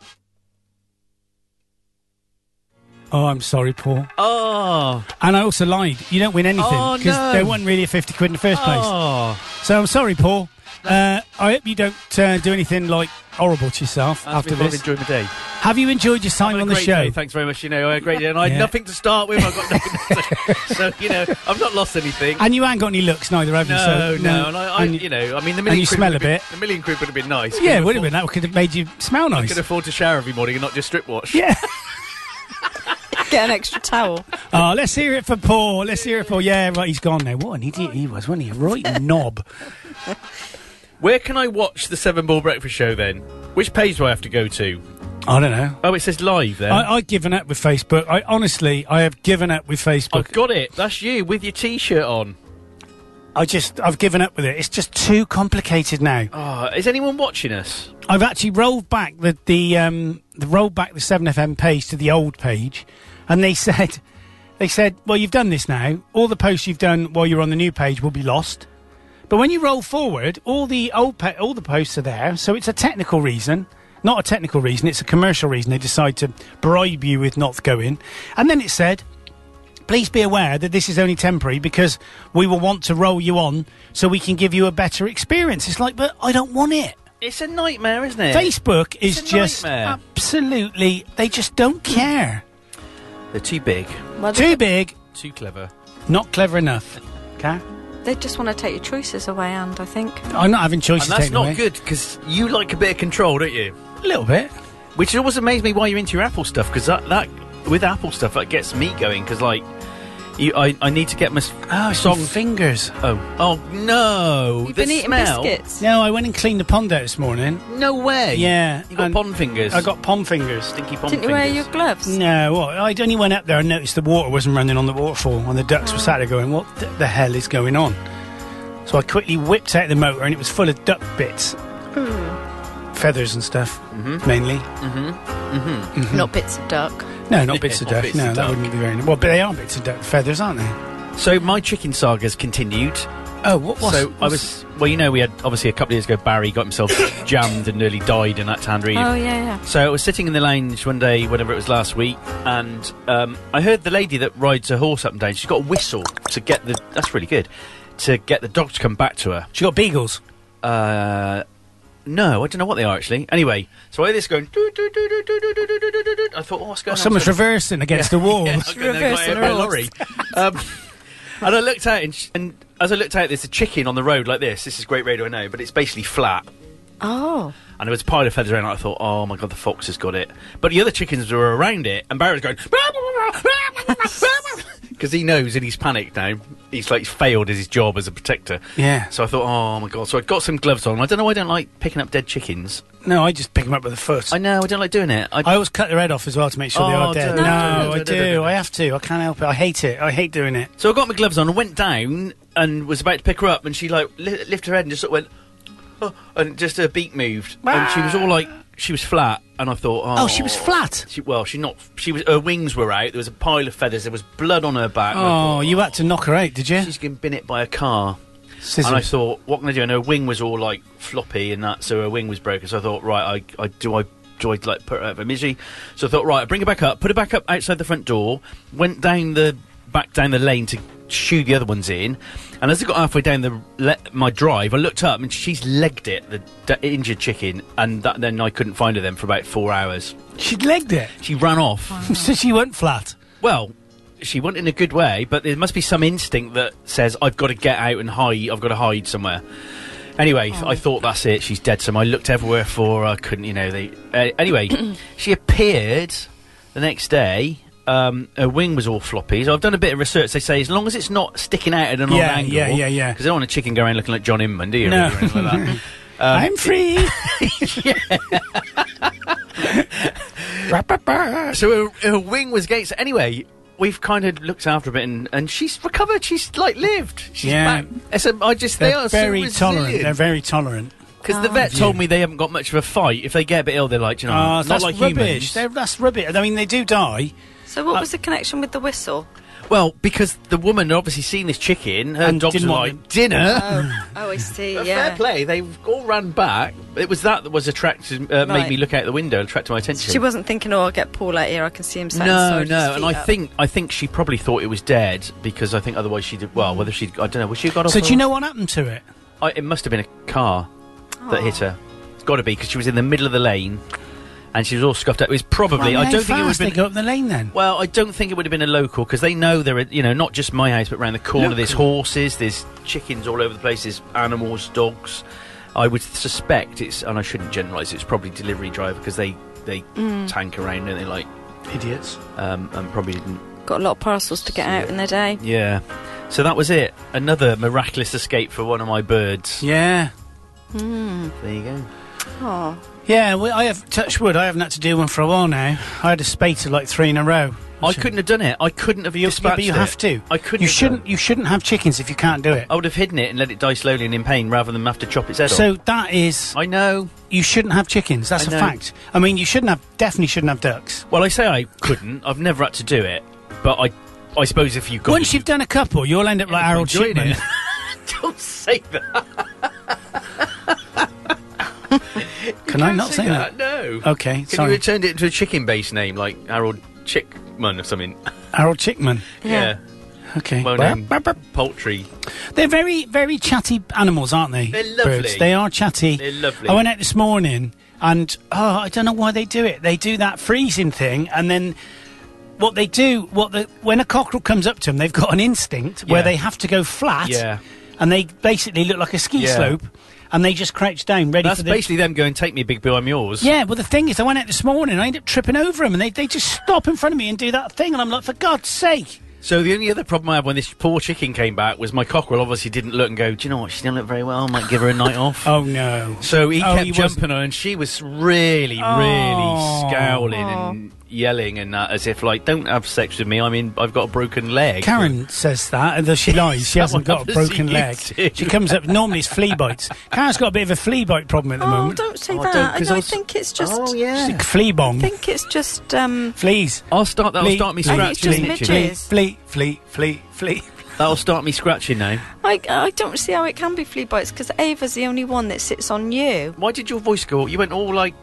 [SPEAKER 5] Oh, I'm sorry, Paul.
[SPEAKER 6] Oh.
[SPEAKER 5] And I also lied. You don't win anything
[SPEAKER 6] Oh,
[SPEAKER 5] because
[SPEAKER 6] no.
[SPEAKER 5] there wasn't really a fifty quid in the first
[SPEAKER 6] Oh.
[SPEAKER 5] place. So I'm sorry, Paul. Uh, I hope you don't uh, do anything like horrible to yourself
[SPEAKER 6] That's
[SPEAKER 5] after
[SPEAKER 6] been fun.
[SPEAKER 5] this.
[SPEAKER 6] Enjoy my day.
[SPEAKER 5] Have you enjoyed your time
[SPEAKER 6] Had a
[SPEAKER 5] on the
[SPEAKER 6] great
[SPEAKER 5] show?
[SPEAKER 6] day. Thanks very much. You know, I had a great day. And I had
[SPEAKER 5] Yeah.
[SPEAKER 6] nothing to start with. I've got nothing to So, you know, I've not lost anything.
[SPEAKER 5] And you ain't got any looks neither, have you?
[SPEAKER 6] no,
[SPEAKER 5] So,
[SPEAKER 6] no, and I, I
[SPEAKER 5] And-
[SPEAKER 6] you know, I mean, the million
[SPEAKER 5] you
[SPEAKER 6] quid
[SPEAKER 5] smell
[SPEAKER 6] would
[SPEAKER 5] a
[SPEAKER 6] have
[SPEAKER 5] bit.
[SPEAKER 6] Been, the million quid would have been
[SPEAKER 5] yeah,
[SPEAKER 6] nice. Could
[SPEAKER 5] it would have
[SPEAKER 6] afford-
[SPEAKER 5] been. That could have made you smell nice.
[SPEAKER 6] Could afford to shower every morning and not just strip wash.
[SPEAKER 5] Yeah.
[SPEAKER 7] Get an extra towel.
[SPEAKER 5] Oh, let's hear it for Paul. Let's hear it for yeah. Right, he's gone now. What an idiot he was, wasn't he? Right knob.
[SPEAKER 6] Where can I watch the Seven Ball Breakfast Show then? Which page do I have to go to?
[SPEAKER 5] I don't know.
[SPEAKER 6] Oh, it says live there.
[SPEAKER 5] I, I've given up with Facebook. I honestly, I have given up with Facebook.
[SPEAKER 6] have got it. That's you with your T-shirt on.
[SPEAKER 5] I just, I've given up with it. It's just too complicated now.
[SPEAKER 6] Oh, is anyone watching us?
[SPEAKER 5] I've actually rolled back the the um, the rolled back the Seven FM page to the old page, and they said, they said, well, you've done this now. All the posts you've done while you're on the new page will be lost. But when you roll forward, all the old pa- all the posts are there. So it's a technical reason, not a technical reason. It's a commercial reason. They decide to bribe you with not going. And then it said, please be aware that this is only temporary because we will want to roll you on so we can give you a better experience. It's like, but I don't want it.
[SPEAKER 6] It's a nightmare, isn't it?
[SPEAKER 5] Facebook is
[SPEAKER 6] It's a
[SPEAKER 5] just
[SPEAKER 6] nightmare.
[SPEAKER 5] absolutely. They just don't care.
[SPEAKER 6] They're too big,
[SPEAKER 5] Too big,
[SPEAKER 6] too clever.
[SPEAKER 5] not clever enough. Okay,
[SPEAKER 7] They just want to take your choices away, and I think.
[SPEAKER 5] I'm not having choices
[SPEAKER 6] And that's
[SPEAKER 5] taken
[SPEAKER 6] not
[SPEAKER 5] away.
[SPEAKER 6] good because you like a bit of control, don't you?
[SPEAKER 5] A little bit.
[SPEAKER 6] Which always amazed me why you're into your Apple stuff because that, that with Apple stuff that gets me going because like you, I, I need to get my s-
[SPEAKER 5] Oh, it's
[SPEAKER 6] song.
[SPEAKER 5] on fingers.
[SPEAKER 6] oh, oh no!
[SPEAKER 7] You've
[SPEAKER 6] the
[SPEAKER 7] been eating
[SPEAKER 6] smell.
[SPEAKER 7] biscuits.
[SPEAKER 5] No, I went and cleaned the pond out this morning.
[SPEAKER 6] No way.
[SPEAKER 5] Yeah,
[SPEAKER 6] you got
[SPEAKER 5] and-
[SPEAKER 6] pond fingers.
[SPEAKER 5] I got pond fingers.
[SPEAKER 6] stinky pond
[SPEAKER 7] Didn't you
[SPEAKER 6] fingers.
[SPEAKER 7] wear your gloves?
[SPEAKER 5] No, well, I'd only went up there and noticed the water wasn't running on the waterfall, and the ducks were sat there going, "What th- the hell is going on?" So I quickly whipped out the motor, and it was full of duck bits,
[SPEAKER 7] Hmm.
[SPEAKER 5] feathers and stuff,
[SPEAKER 6] Mm-hmm.
[SPEAKER 5] mainly. Mm-hmm.
[SPEAKER 7] Not bits of duck.
[SPEAKER 5] No, not bits of
[SPEAKER 6] Not
[SPEAKER 5] duck.
[SPEAKER 6] bits
[SPEAKER 5] no,
[SPEAKER 6] of
[SPEAKER 5] that
[SPEAKER 6] duck.
[SPEAKER 5] wouldn't be very. Well, but they are bits of duck feathers, aren't they?
[SPEAKER 6] So my chicken saga's continued.
[SPEAKER 5] Oh, what was?
[SPEAKER 6] so I was, well, you know, we had obviously a couple of years ago Barry got himself jammed and nearly died in that hand read.
[SPEAKER 7] Oh, yeah,
[SPEAKER 6] So I was sitting in the lounge one day, whenever it was last week, and um, I heard the lady that rides her horse up and down. She's got a whistle to get the. That's really good. To get the dog to come back to her.
[SPEAKER 5] She got beagles.
[SPEAKER 6] Uh, no, I don't know what they are actually. Anyway, so I hear this going. "Doo, doo, doo, doo, doo, doo, doo, doo, doo, doo, doo." I thought, oh, what's going on?
[SPEAKER 5] Someone's
[SPEAKER 6] So-
[SPEAKER 5] reversing against the wall.
[SPEAKER 6] yeah, okay, then
[SPEAKER 7] reverse
[SPEAKER 6] got
[SPEAKER 7] the
[SPEAKER 6] hit by a
[SPEAKER 7] roles.
[SPEAKER 6] lorry. Um, and I looked out, and, sh- and as I looked out, there's a chicken on the road like this. This is great radio, I know, but it's basically flat.
[SPEAKER 7] yeah. Oh.
[SPEAKER 6] And there was a pile of feathers around. and I thought, oh my god, the fox has got it. But the other chickens were around it, and Barry was going because he knows and he's panicked now. He's like failed as his job as a protector.
[SPEAKER 5] Yeah.
[SPEAKER 6] So I thought, oh my god. So I got some gloves on. I don't know. why I don't like picking up dead chickens.
[SPEAKER 5] No, I just pick them up with the foot.
[SPEAKER 6] I
[SPEAKER 5] I,
[SPEAKER 6] know. I don't like doing it. I,
[SPEAKER 5] always cut their head off as well to make sure they
[SPEAKER 6] Oh,
[SPEAKER 5] are dead. no,
[SPEAKER 6] don't- don't-
[SPEAKER 5] I
[SPEAKER 6] don't-
[SPEAKER 5] do.
[SPEAKER 6] don't- don't.
[SPEAKER 5] I have to. I can't help it. I hate it. I hate doing it.
[SPEAKER 6] So I got my gloves on and went down and was about to pick her up, and she like li- lifted her head and just sort of went, "Oh," and just her beak moved, and she was all like, she was flat, and I thought, oh,
[SPEAKER 5] Oh, she was flat.
[SPEAKER 6] She, well, she not, she was, her wings were out. There was a pile of feathers. There was blood on her back. and
[SPEAKER 5] Oh,
[SPEAKER 6] I thought,
[SPEAKER 5] you had to knock her out, did you?
[SPEAKER 6] She's been bit by a car.
[SPEAKER 5] Scissors.
[SPEAKER 6] And I thought, what can I do? And her wing was all like floppy and that, so her wing was broken. So I thought, right, I, I do I do I like put her out of her misery? So I thought, right, I bring her back up, put her back up outside the front door, went down the back down the lane to shoo the other ones in. And as I got halfway down the le- my drive, I looked up and she's legged it, the d- injured chicken, and that, then I couldn't find her then for about four hours.
[SPEAKER 5] She'd legged it.
[SPEAKER 6] She ran off.
[SPEAKER 5] so she went flat.
[SPEAKER 6] Well, she went in a good way, but there must be some instinct that says I've got to get out and hide. I've got to hide somewhere. Anyway,
[SPEAKER 5] Oh.
[SPEAKER 6] I thought that's it. She's dead. So I looked everywhere for her. I couldn't, you know. They uh, anyway. she appeared the next day. Um, her wing was all floppy. So I've done a bit of research. They say as long as it's not sticking out at an odd
[SPEAKER 5] Yeah,
[SPEAKER 6] angle.
[SPEAKER 5] yeah, yeah, yeah.
[SPEAKER 6] Because I don't want a chicken going around looking like John Inman, do you?
[SPEAKER 5] No.
[SPEAKER 6] really, or anything like that.
[SPEAKER 5] I'm free.
[SPEAKER 6] So her, her wing was gay. So anyway, we've kind of looked after a bit, and, and she's recovered. She's like lived. She's
[SPEAKER 5] Yeah.
[SPEAKER 6] back. And So I just they
[SPEAKER 5] They're
[SPEAKER 6] are
[SPEAKER 5] very
[SPEAKER 6] so
[SPEAKER 5] tolerant. They're very tolerant.
[SPEAKER 6] because the vet told me they haven't got much of a fight. If they get a bit ill, they're like, "Do you know,
[SPEAKER 5] Ah,
[SPEAKER 6] not
[SPEAKER 5] that's
[SPEAKER 6] like
[SPEAKER 5] rubbish.
[SPEAKER 6] humans.
[SPEAKER 5] They're- that's rubbish. I mean, they do die.
[SPEAKER 7] So what was the connection with the whistle?
[SPEAKER 6] Well, because the woman had obviously seen this chicken, her
[SPEAKER 5] And
[SPEAKER 6] dogs
[SPEAKER 5] didn't
[SPEAKER 6] were
[SPEAKER 5] want
[SPEAKER 6] like dinner.
[SPEAKER 7] Oh, oh, I see.
[SPEAKER 6] But
[SPEAKER 7] yeah.
[SPEAKER 6] Fair play. They all ran back. It was that that was attracted, uh, made
[SPEAKER 7] Right.
[SPEAKER 6] me look out the window, attracted my attention.
[SPEAKER 7] She wasn't thinking, "Oh, I'll get Paul out here. I can see him." sat
[SPEAKER 6] No,
[SPEAKER 7] inside with his
[SPEAKER 6] no, and
[SPEAKER 7] feet
[SPEAKER 6] I
[SPEAKER 7] up."
[SPEAKER 6] think I think she probably thought it was dead because I think otherwise she did well. Whether she, I don't know, was she got off?
[SPEAKER 5] So do you
[SPEAKER 6] or-
[SPEAKER 5] know what happened to it?
[SPEAKER 6] I, it must have been a car that hit her. It's got to be because she was in the middle of the lane, and she was all scuffed up. It was probably.
[SPEAKER 5] Well,
[SPEAKER 6] I don't
[SPEAKER 5] how
[SPEAKER 6] think it
[SPEAKER 5] fast
[SPEAKER 6] would have
[SPEAKER 5] they
[SPEAKER 6] been.
[SPEAKER 5] go up the lane then.
[SPEAKER 6] Well, I don't think it would have been a local because they know there are, you know, not just my house, but around the corner. There's horses, there's chickens all over the place, there's animals, dogs. I would suspect it's, and I shouldn't generalise. It's probably delivery driver because they they tank around and they like
[SPEAKER 5] Idiots.
[SPEAKER 6] um, and probably didn't.
[SPEAKER 7] got a lot of parcels to get out in their day.
[SPEAKER 6] Yeah. So that was it. Another miraculous escape for one of my birds.
[SPEAKER 5] Yeah.
[SPEAKER 6] There you go.
[SPEAKER 7] Oh,
[SPEAKER 5] Yeah, well, I have touch wood. I haven't had to do one for a while now. I had a spate of like three in a row.
[SPEAKER 6] I couldn't have done it. I couldn't have
[SPEAKER 5] You, yeah,
[SPEAKER 6] dispatched
[SPEAKER 5] but you
[SPEAKER 6] it.
[SPEAKER 5] have to.
[SPEAKER 6] I couldn't.
[SPEAKER 5] You
[SPEAKER 6] have
[SPEAKER 5] shouldn't.
[SPEAKER 6] done. Oh,
[SPEAKER 5] You shouldn't have chickens if you can't do it.
[SPEAKER 6] I would have hidden it and let it die slowly and in pain, rather than have to chop its head off.
[SPEAKER 5] So that is.
[SPEAKER 6] I know.
[SPEAKER 5] You shouldn't have chickens. That's
[SPEAKER 6] I
[SPEAKER 5] a
[SPEAKER 6] know.
[SPEAKER 5] fact. I mean, you shouldn't have. Definitely shouldn't have ducks.
[SPEAKER 6] Well, I say I couldn't. I've never had to do it, but I, I suppose if you got
[SPEAKER 5] Once you've done a couple, you'll end up like Harold
[SPEAKER 6] enjoyed
[SPEAKER 5] Shipman.
[SPEAKER 6] it. Don't say that.
[SPEAKER 5] Can I not say that?
[SPEAKER 6] No.
[SPEAKER 5] Okay,
[SPEAKER 6] Could
[SPEAKER 5] sorry.
[SPEAKER 6] you have turned it into a chicken based name like Harold Chickman or something?
[SPEAKER 5] Harold Chickman.
[SPEAKER 6] Yeah.
[SPEAKER 5] Okay.
[SPEAKER 6] Well
[SPEAKER 5] Well,
[SPEAKER 6] known poultry.
[SPEAKER 5] They're very, very chatty animals, aren't they?
[SPEAKER 6] They're lovely.
[SPEAKER 5] Birds. They are chatty.
[SPEAKER 6] They're lovely.
[SPEAKER 5] I went out this morning and, oh, I don't know why they do it. They do that freezing thing and then what they do, what the, when a cockerel comes up to them, they've got an instinct where
[SPEAKER 6] Yeah.
[SPEAKER 5] they have to go flat
[SPEAKER 6] Yeah.
[SPEAKER 5] and they basically look like a ski
[SPEAKER 6] Yeah.
[SPEAKER 5] slope and they just crouch down ready
[SPEAKER 6] That's
[SPEAKER 5] for the...
[SPEAKER 6] basically them going, "Take me, big bill, I'm yours."
[SPEAKER 5] yeah, well, the thing is, I went out this morning. I ended up tripping over them, and they, they just stop in front of me and do that thing, and I'm like, for God's sake!
[SPEAKER 6] So the only other problem I had when this poor chicken came back was my cockerel obviously didn't look and go, do you know what, she didn't look very well, I might give her a night off.
[SPEAKER 5] Oh no!
[SPEAKER 6] So he
[SPEAKER 5] Oh,
[SPEAKER 6] kept
[SPEAKER 5] he wasn't-
[SPEAKER 6] jumping on her and she was really,
[SPEAKER 5] Oh.
[SPEAKER 6] really scowling and yelling and that as if like, don't have sex with me, I mean, I've got a broken leg.
[SPEAKER 5] Karen says that, and though she lies, she hasn't
[SPEAKER 6] Someone
[SPEAKER 5] got a
[SPEAKER 6] happens
[SPEAKER 5] broken
[SPEAKER 6] to
[SPEAKER 5] leg.
[SPEAKER 6] you too.
[SPEAKER 5] She comes up normally it's flea bites. Karen's got a bit of a flea bite problem at the
[SPEAKER 7] oh,
[SPEAKER 5] moment.
[SPEAKER 7] don't say
[SPEAKER 6] Oh,
[SPEAKER 7] that.
[SPEAKER 6] don't,
[SPEAKER 7] I,
[SPEAKER 6] 'cause
[SPEAKER 7] know, I
[SPEAKER 6] I'll s-
[SPEAKER 7] think it's just.
[SPEAKER 6] Oh,
[SPEAKER 5] It's
[SPEAKER 6] yeah.
[SPEAKER 5] a flea bong.
[SPEAKER 7] I think it's just. Um,
[SPEAKER 5] Fleas.
[SPEAKER 6] I'll start that'll
[SPEAKER 5] Flea-
[SPEAKER 6] Oh, start me
[SPEAKER 5] flea-
[SPEAKER 7] I think it's just
[SPEAKER 6] scratching.
[SPEAKER 5] flea-
[SPEAKER 6] literally.
[SPEAKER 7] midges.
[SPEAKER 5] Flea, flea, flea, flea, flea.
[SPEAKER 6] That'll start me scratching now.
[SPEAKER 7] I, I don't see how it can be flea bites because Ava's the only one that sits on you.
[SPEAKER 6] Why did your voice go you went all like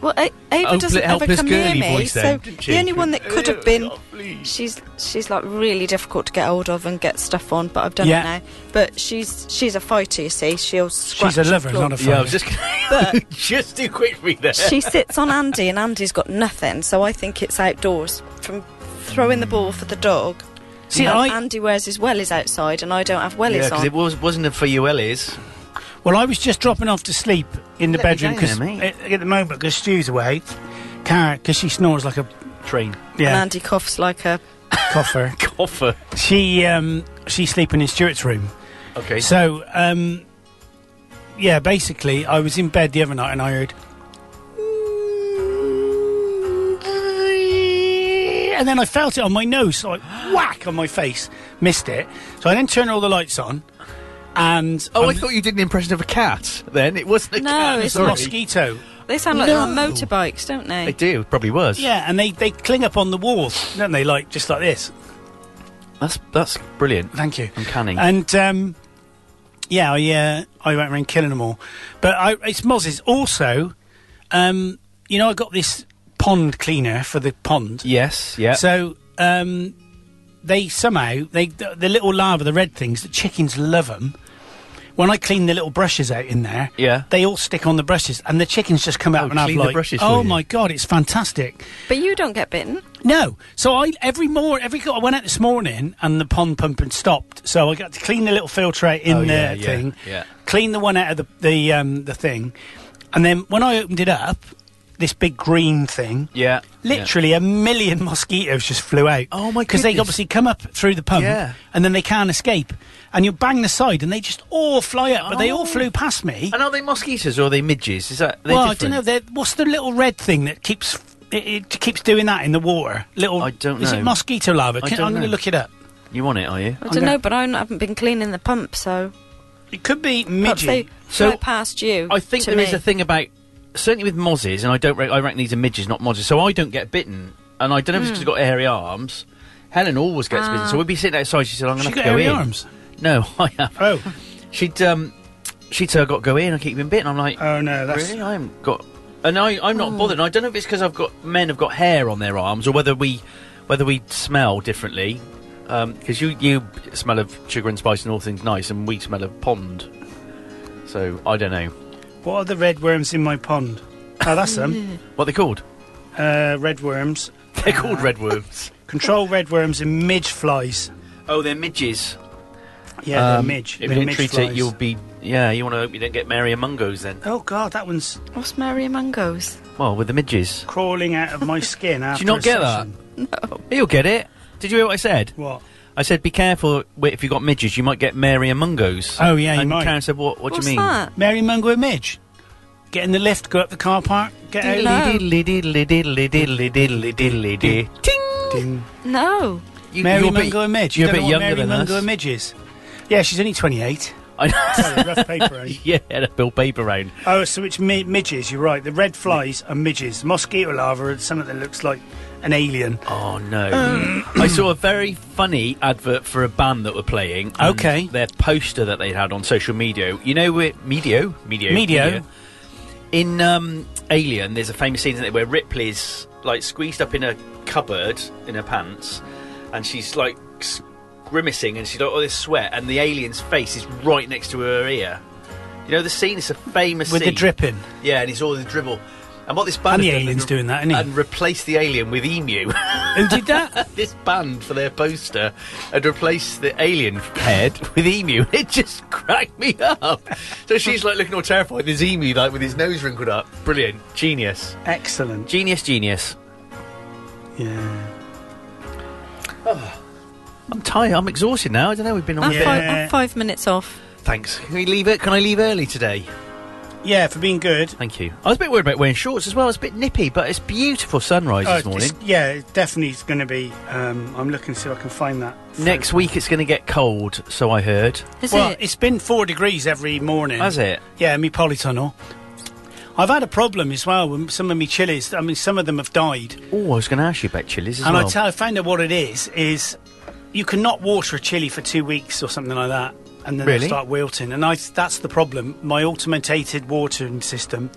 [SPEAKER 7] Well, A- Ava
[SPEAKER 6] Hopefully
[SPEAKER 7] doesn't
[SPEAKER 6] it
[SPEAKER 7] ever
[SPEAKER 6] helped us
[SPEAKER 7] come near
[SPEAKER 6] girly
[SPEAKER 7] me,
[SPEAKER 6] voice
[SPEAKER 7] so
[SPEAKER 6] then, didn't she?
[SPEAKER 7] the only one that could have been.
[SPEAKER 6] Oh, please.
[SPEAKER 7] She's she's like really difficult to get hold of and get stuff on, but I've done
[SPEAKER 5] Yeah.
[SPEAKER 7] it now. But she's she's a fighter, you see. She'll scratch.
[SPEAKER 5] She's a
[SPEAKER 7] and
[SPEAKER 5] lover,
[SPEAKER 7] claw.
[SPEAKER 5] not a
[SPEAKER 6] Yeah, I
[SPEAKER 5] flea.
[SPEAKER 6] was just just too quick for me there.
[SPEAKER 7] she sits on Andy, and Andy's got nothing. So I think it's outdoors from throwing the ball for the dog.
[SPEAKER 5] See,
[SPEAKER 7] And
[SPEAKER 5] I,
[SPEAKER 7] Andy wears his wellies outside, and I don't have
[SPEAKER 6] yeah,
[SPEAKER 7] wellies
[SPEAKER 6] 'cause
[SPEAKER 7] on.
[SPEAKER 6] it was wasn't it for you, Ellis.
[SPEAKER 5] well, I was just dropping off to sleep in the
[SPEAKER 6] Let me
[SPEAKER 5] bedroom
[SPEAKER 6] go
[SPEAKER 5] because
[SPEAKER 6] there, mate.
[SPEAKER 5] at, at the moment because Stu's away. Karen, because she snores like a
[SPEAKER 6] Train.
[SPEAKER 7] And
[SPEAKER 5] yeah
[SPEAKER 7] Andy coughs like a.
[SPEAKER 5] coffer.
[SPEAKER 6] Coffer.
[SPEAKER 5] She um she's sleeping in Stuart's room.
[SPEAKER 6] Okay.
[SPEAKER 5] So, um, yeah, basically, I was in bed the other night and I heard. And then I felt it on my nose, so like whack on my face. Missed it. So I then turned all the lights on, and
[SPEAKER 6] Oh, I
[SPEAKER 5] um,
[SPEAKER 6] thought you did an impression of a cat. Then it wasn't a
[SPEAKER 7] No,
[SPEAKER 6] cat.
[SPEAKER 7] it's
[SPEAKER 5] a
[SPEAKER 6] sorry.
[SPEAKER 7] not.
[SPEAKER 5] mosquito.
[SPEAKER 7] They sound like they're on
[SPEAKER 5] No.
[SPEAKER 7] motorbikes, don't
[SPEAKER 6] They
[SPEAKER 7] they?
[SPEAKER 6] do. Probably was.
[SPEAKER 5] Yeah, and they, they cling up on the wall, don't they? Like just like this.
[SPEAKER 6] That's that's brilliant.
[SPEAKER 5] Thank you.
[SPEAKER 6] Uncanny.
[SPEAKER 5] And um, yeah, I, uh, I went around killing them all. But I, it's Moz's. Also, um, you know, I got this pond cleaner for the pond.
[SPEAKER 6] yes. Yeah.
[SPEAKER 5] So um, they somehow they the, the little larvae, the red things. The chickens love them. When I clean the little brushes out in there,
[SPEAKER 6] Yeah.
[SPEAKER 5] they all stick on the brushes, and the chickens just come out
[SPEAKER 6] Oh,
[SPEAKER 5] and have
[SPEAKER 6] clean the
[SPEAKER 5] like,
[SPEAKER 6] brushes for
[SPEAKER 5] oh
[SPEAKER 6] you."
[SPEAKER 5] my god, it's fantastic.
[SPEAKER 7] But you don't get bitten.
[SPEAKER 5] No, so I every more every I went out this morning and the pond pumping stopped, so I got to clean the little filtrate in
[SPEAKER 6] Oh,
[SPEAKER 5] the
[SPEAKER 6] yeah, yeah,
[SPEAKER 5] thing,
[SPEAKER 6] yeah.
[SPEAKER 5] clean the one out of the the um, the thing, and then when I opened it up, this big green thing,
[SPEAKER 6] Yeah.
[SPEAKER 5] Literally a million mosquitoes just flew out.
[SPEAKER 6] Oh, my
[SPEAKER 5] Because they
[SPEAKER 6] goodness.
[SPEAKER 5] obviously come up through the pump
[SPEAKER 6] Yeah.
[SPEAKER 5] and then they can't escape. And you bang the side and they just all fly up, but they all
[SPEAKER 6] Oh.
[SPEAKER 5] flew past me.
[SPEAKER 6] And are they mosquitoes or are they midges? Is that are they
[SPEAKER 5] well,
[SPEAKER 6] different?
[SPEAKER 5] I don't know. they're- What's the little red thing that keeps it, it keeps doing that in the water? Little
[SPEAKER 6] I don't
[SPEAKER 5] Is it
[SPEAKER 6] know.
[SPEAKER 5] mosquito larva?
[SPEAKER 6] I
[SPEAKER 5] Can,
[SPEAKER 6] don't
[SPEAKER 5] I'm going to
[SPEAKER 6] know.
[SPEAKER 5] look it up.
[SPEAKER 6] You want it, are
[SPEAKER 7] I
[SPEAKER 6] you?
[SPEAKER 5] I'm
[SPEAKER 7] don't
[SPEAKER 5] gonna-
[SPEAKER 7] know, but I n- haven't been cleaning the pump, so
[SPEAKER 5] It could be
[SPEAKER 7] perhaps they
[SPEAKER 5] midgy.
[SPEAKER 6] So,
[SPEAKER 7] fly past you.
[SPEAKER 6] I think
[SPEAKER 7] to
[SPEAKER 6] there is
[SPEAKER 7] me.
[SPEAKER 6] a thing about certainly with mozzies, and I don't. Re- I reckon these are midges, not mozzies. So I don't get bitten, and I don't
[SPEAKER 7] Hmm.
[SPEAKER 6] know if it's because I've got hairy arms. Helen always gets bitten,
[SPEAKER 7] Ah.
[SPEAKER 6] so we'd be sitting outside. She said, "I'm going
[SPEAKER 5] She
[SPEAKER 6] to
[SPEAKER 5] got
[SPEAKER 6] go
[SPEAKER 5] hairy
[SPEAKER 6] in."
[SPEAKER 5] arms.
[SPEAKER 6] No, I have.
[SPEAKER 5] Oh,
[SPEAKER 6] She'd um, she'd say, "I got to go in. I keep being bitten." I'm like,
[SPEAKER 5] oh no, that's Hmm.
[SPEAKER 6] really? I haven't got, and I, I'm not bothered. And I don't know if it's because I've got men have got hair on their arms, or whether we, whether we smell differently. Because you you smell of sugar and spice and all things nice, and we smell of pond. So I don't know
[SPEAKER 5] what are the red worms in my pond? Oh, that's them.
[SPEAKER 6] what they're called.
[SPEAKER 5] Uh, red worms. Uh,
[SPEAKER 6] They're called red worms.
[SPEAKER 5] Control red worms and midge flies.
[SPEAKER 6] Oh, they're midges.
[SPEAKER 5] Yeah,
[SPEAKER 6] Um,
[SPEAKER 5] they're midge.
[SPEAKER 6] If
[SPEAKER 5] they're
[SPEAKER 6] you don't
[SPEAKER 5] midge
[SPEAKER 6] treat
[SPEAKER 5] flies.
[SPEAKER 6] it, you'll be. Yeah, you want to hope you don't get Mary among those then.
[SPEAKER 5] Oh god, that one's
[SPEAKER 7] What's Mary Mangoes?
[SPEAKER 6] Well, with the midges.
[SPEAKER 5] crawling out of my skin. After
[SPEAKER 6] not
[SPEAKER 5] a
[SPEAKER 6] get that?
[SPEAKER 5] session.
[SPEAKER 6] You'll get it. Did you hear what I said?
[SPEAKER 5] What?
[SPEAKER 6] I said, be careful wi- if you've got midges, you might get Mary among those.
[SPEAKER 5] Oh, yeah, you
[SPEAKER 6] and
[SPEAKER 5] might.
[SPEAKER 6] Karen said, what, what do you
[SPEAKER 7] What's
[SPEAKER 6] mean?
[SPEAKER 7] that?
[SPEAKER 5] Mary Mungo and Midge. Get in the lift, go up the car park, get out.
[SPEAKER 7] No.
[SPEAKER 6] Diddly diddly diddly diddly diddly diddly dee.
[SPEAKER 5] Ding.
[SPEAKER 7] No.
[SPEAKER 6] You-
[SPEAKER 5] Mary
[SPEAKER 6] you're a bit-
[SPEAKER 5] Mungo and Midge.
[SPEAKER 6] You're a
[SPEAKER 5] don't
[SPEAKER 6] bit
[SPEAKER 5] know what
[SPEAKER 6] younger
[SPEAKER 5] Mary
[SPEAKER 6] than
[SPEAKER 5] Mungo
[SPEAKER 6] us.
[SPEAKER 5] and Midge is. Yeah, she's only 28.
[SPEAKER 6] I know.
[SPEAKER 5] Sorry, rough paper. eh?
[SPEAKER 6] yeah, the Bill Paper round.
[SPEAKER 5] Oh, so it's mi- midges, you're right. The red flies are midges. Mosquito larva is something that looks like an alien.
[SPEAKER 6] Oh
[SPEAKER 5] Um.
[SPEAKER 6] no! I saw a very funny advert for a band that were playing. and
[SPEAKER 5] Okay.
[SPEAKER 6] Their poster that they had on social media. You know, with Medio, Medio,
[SPEAKER 5] Medio.
[SPEAKER 6] In um, Alien, there's a famous scene isn't there, where Ripley's like squeezed up in a cupboard in her pants, and she's like s- grimacing, and she's got all this sweat, and the alien's face is right next to her ear. You know the scene. It's a famous
[SPEAKER 5] With the
[SPEAKER 6] scene.
[SPEAKER 5] dripping.
[SPEAKER 6] Yeah, and it's all the dribble. And what this band
[SPEAKER 5] And the
[SPEAKER 6] has done is
[SPEAKER 5] alien's
[SPEAKER 6] re-
[SPEAKER 5] doing that, isn't he?
[SPEAKER 6] And replace the alien with emu.
[SPEAKER 5] Who did that?
[SPEAKER 6] this band for their poster had replaced the alien head with emu. It just cracked me up. So she's like looking all terrified. There's emu like with his nose wrinkled up. Brilliant, genius,
[SPEAKER 5] Excellent.
[SPEAKER 6] genius, genius.
[SPEAKER 5] Yeah.
[SPEAKER 6] I'm tired. I'm exhausted now. I don't know. We've been on.
[SPEAKER 7] I'm,
[SPEAKER 6] a bit-
[SPEAKER 7] five,
[SPEAKER 5] Yeah.
[SPEAKER 7] I'm five minutes off.
[SPEAKER 6] Thanks. Can we leave it? Can I leave early today?
[SPEAKER 5] Yeah, for being good.
[SPEAKER 6] Thank you. I was a bit worried about wearing shorts as well. It's a bit nippy, but it's beautiful sunrise
[SPEAKER 5] Oh,
[SPEAKER 6] this morning.
[SPEAKER 5] it's- yeah, it definitely it's going to be. Um, I'm looking to see if I can find that.
[SPEAKER 6] Next week it's going to get cold, so I heard.
[SPEAKER 7] Is
[SPEAKER 5] well,
[SPEAKER 7] it?
[SPEAKER 5] has been four degrees every morning.
[SPEAKER 6] Has it?
[SPEAKER 5] Yeah, me polytunnel. I've had a problem as well with some of me chilies. I mean, some of them have died.
[SPEAKER 6] Oh, I was going to ask you about chilies as
[SPEAKER 5] and
[SPEAKER 6] well.
[SPEAKER 5] I, tell, I found out what it is, is you cannot water a chili for two weeks or something like that. And then
[SPEAKER 6] Really?
[SPEAKER 5] they start wilting. And I, that's the problem. My automated watering system,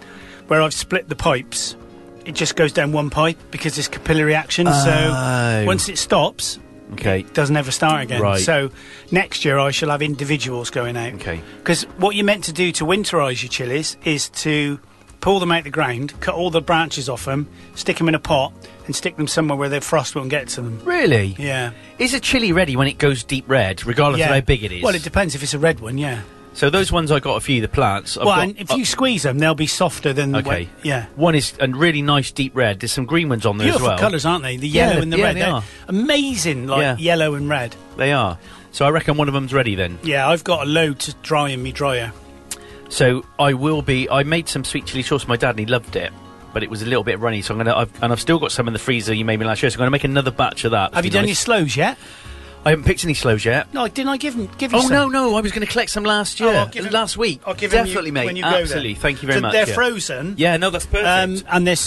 [SPEAKER 5] where I've split the pipes, it just goes down one pipe because it's capillary action.
[SPEAKER 6] Oh.
[SPEAKER 5] So once it stops,
[SPEAKER 6] okay.
[SPEAKER 5] doesn't ever start again.
[SPEAKER 6] Right.
[SPEAKER 5] So next year I shall have individuals going out.
[SPEAKER 6] Okay.
[SPEAKER 5] Because what you're meant to do to winterise your chilies is to pull them out the ground, cut all the branches off them, stick them in a pot, and stick them somewhere where the frost won't get to them.
[SPEAKER 6] Really?
[SPEAKER 5] Yeah.
[SPEAKER 6] Is a chili ready when it goes deep red, regardless of
[SPEAKER 5] yeah.
[SPEAKER 6] how big it is?
[SPEAKER 5] Well, it depends if it's a red one, yeah.
[SPEAKER 6] so those ones I got a few of the plants. I've
[SPEAKER 5] well,
[SPEAKER 6] got-
[SPEAKER 5] and if you squeeze them, they'll be softer than.
[SPEAKER 6] uh,
[SPEAKER 5] the
[SPEAKER 6] okay,
[SPEAKER 5] wet- yeah.
[SPEAKER 6] One is and really nice deep red. There's some green ones on there
[SPEAKER 5] Beautiful
[SPEAKER 6] as well.
[SPEAKER 5] colours, aren't they? The
[SPEAKER 6] Yeah,
[SPEAKER 5] yellow and the
[SPEAKER 6] yeah,
[SPEAKER 5] red.
[SPEAKER 6] they
[SPEAKER 5] They're
[SPEAKER 6] are.
[SPEAKER 5] amazing, like
[SPEAKER 6] Yeah.
[SPEAKER 5] yellow and red.
[SPEAKER 6] They are. So I reckon one of them's ready then.
[SPEAKER 5] Yeah, I've got a load to dry in me dryer.
[SPEAKER 6] So I will be. I made some sweet chili sauce for my dad, and he loved it. But it was a little bit runny, so I'm gonna. I've, and I've still got some in the freezer you made me last year. So I'm gonna make another batch of that.
[SPEAKER 5] Have you done your slows yet?
[SPEAKER 6] your? I haven't picked any slows yet.
[SPEAKER 5] No, didn't I give him? Give you
[SPEAKER 6] Oh
[SPEAKER 5] some? Oh,
[SPEAKER 6] no, no! I was going to collect some last year,
[SPEAKER 5] I'll give him-
[SPEAKER 6] last week.
[SPEAKER 5] I'll give 'em you-
[SPEAKER 6] definitely, mate.
[SPEAKER 5] when you go there.
[SPEAKER 6] Absolutely, thank you very
[SPEAKER 5] So
[SPEAKER 6] much.
[SPEAKER 5] They're
[SPEAKER 6] yeah.
[SPEAKER 5] frozen.
[SPEAKER 6] Yeah, no, that's perfect.
[SPEAKER 5] Um, and there's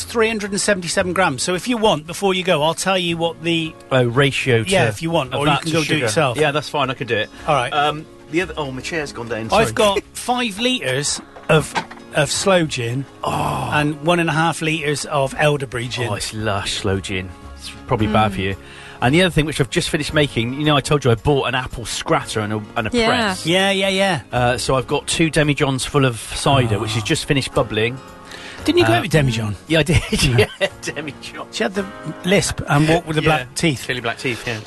[SPEAKER 5] 377 grams. So if you want, before you go, I'll tell you what the.
[SPEAKER 6] oh, ratio. To
[SPEAKER 5] Yeah, if you want,
[SPEAKER 6] of
[SPEAKER 5] or you
[SPEAKER 6] that
[SPEAKER 5] can
[SPEAKER 6] to
[SPEAKER 5] go do it
[SPEAKER 6] sugar.
[SPEAKER 5] yourself.
[SPEAKER 6] Yeah, that's fine. I can do it.
[SPEAKER 5] All right.
[SPEAKER 6] Um, the other. Oh, my chair's gone down. sorry.
[SPEAKER 5] I've got five litres of of slow gin and one and a half litres of elderberry gin.
[SPEAKER 6] Oh, it's Oh, lush slow gin. It's It's probably bad for you. And the other thing, which I've just finished making, you know, I told you I bought an apple scratter and a, and a
[SPEAKER 7] Yeah.
[SPEAKER 6] press.
[SPEAKER 5] Yeah, yeah, yeah.
[SPEAKER 6] Uh, so I've got two demijohns full of cider, which
[SPEAKER 5] Ah.
[SPEAKER 6] is just finished bubbling.
[SPEAKER 5] Didn't
[SPEAKER 6] Uh,
[SPEAKER 5] you go out with Demijohn?
[SPEAKER 6] Yeah, I did. Yeah, demijohn.
[SPEAKER 5] She had the lisp and walked with the
[SPEAKER 6] Yeah,
[SPEAKER 5] black teeth.
[SPEAKER 6] Clearly black teeth, yeah.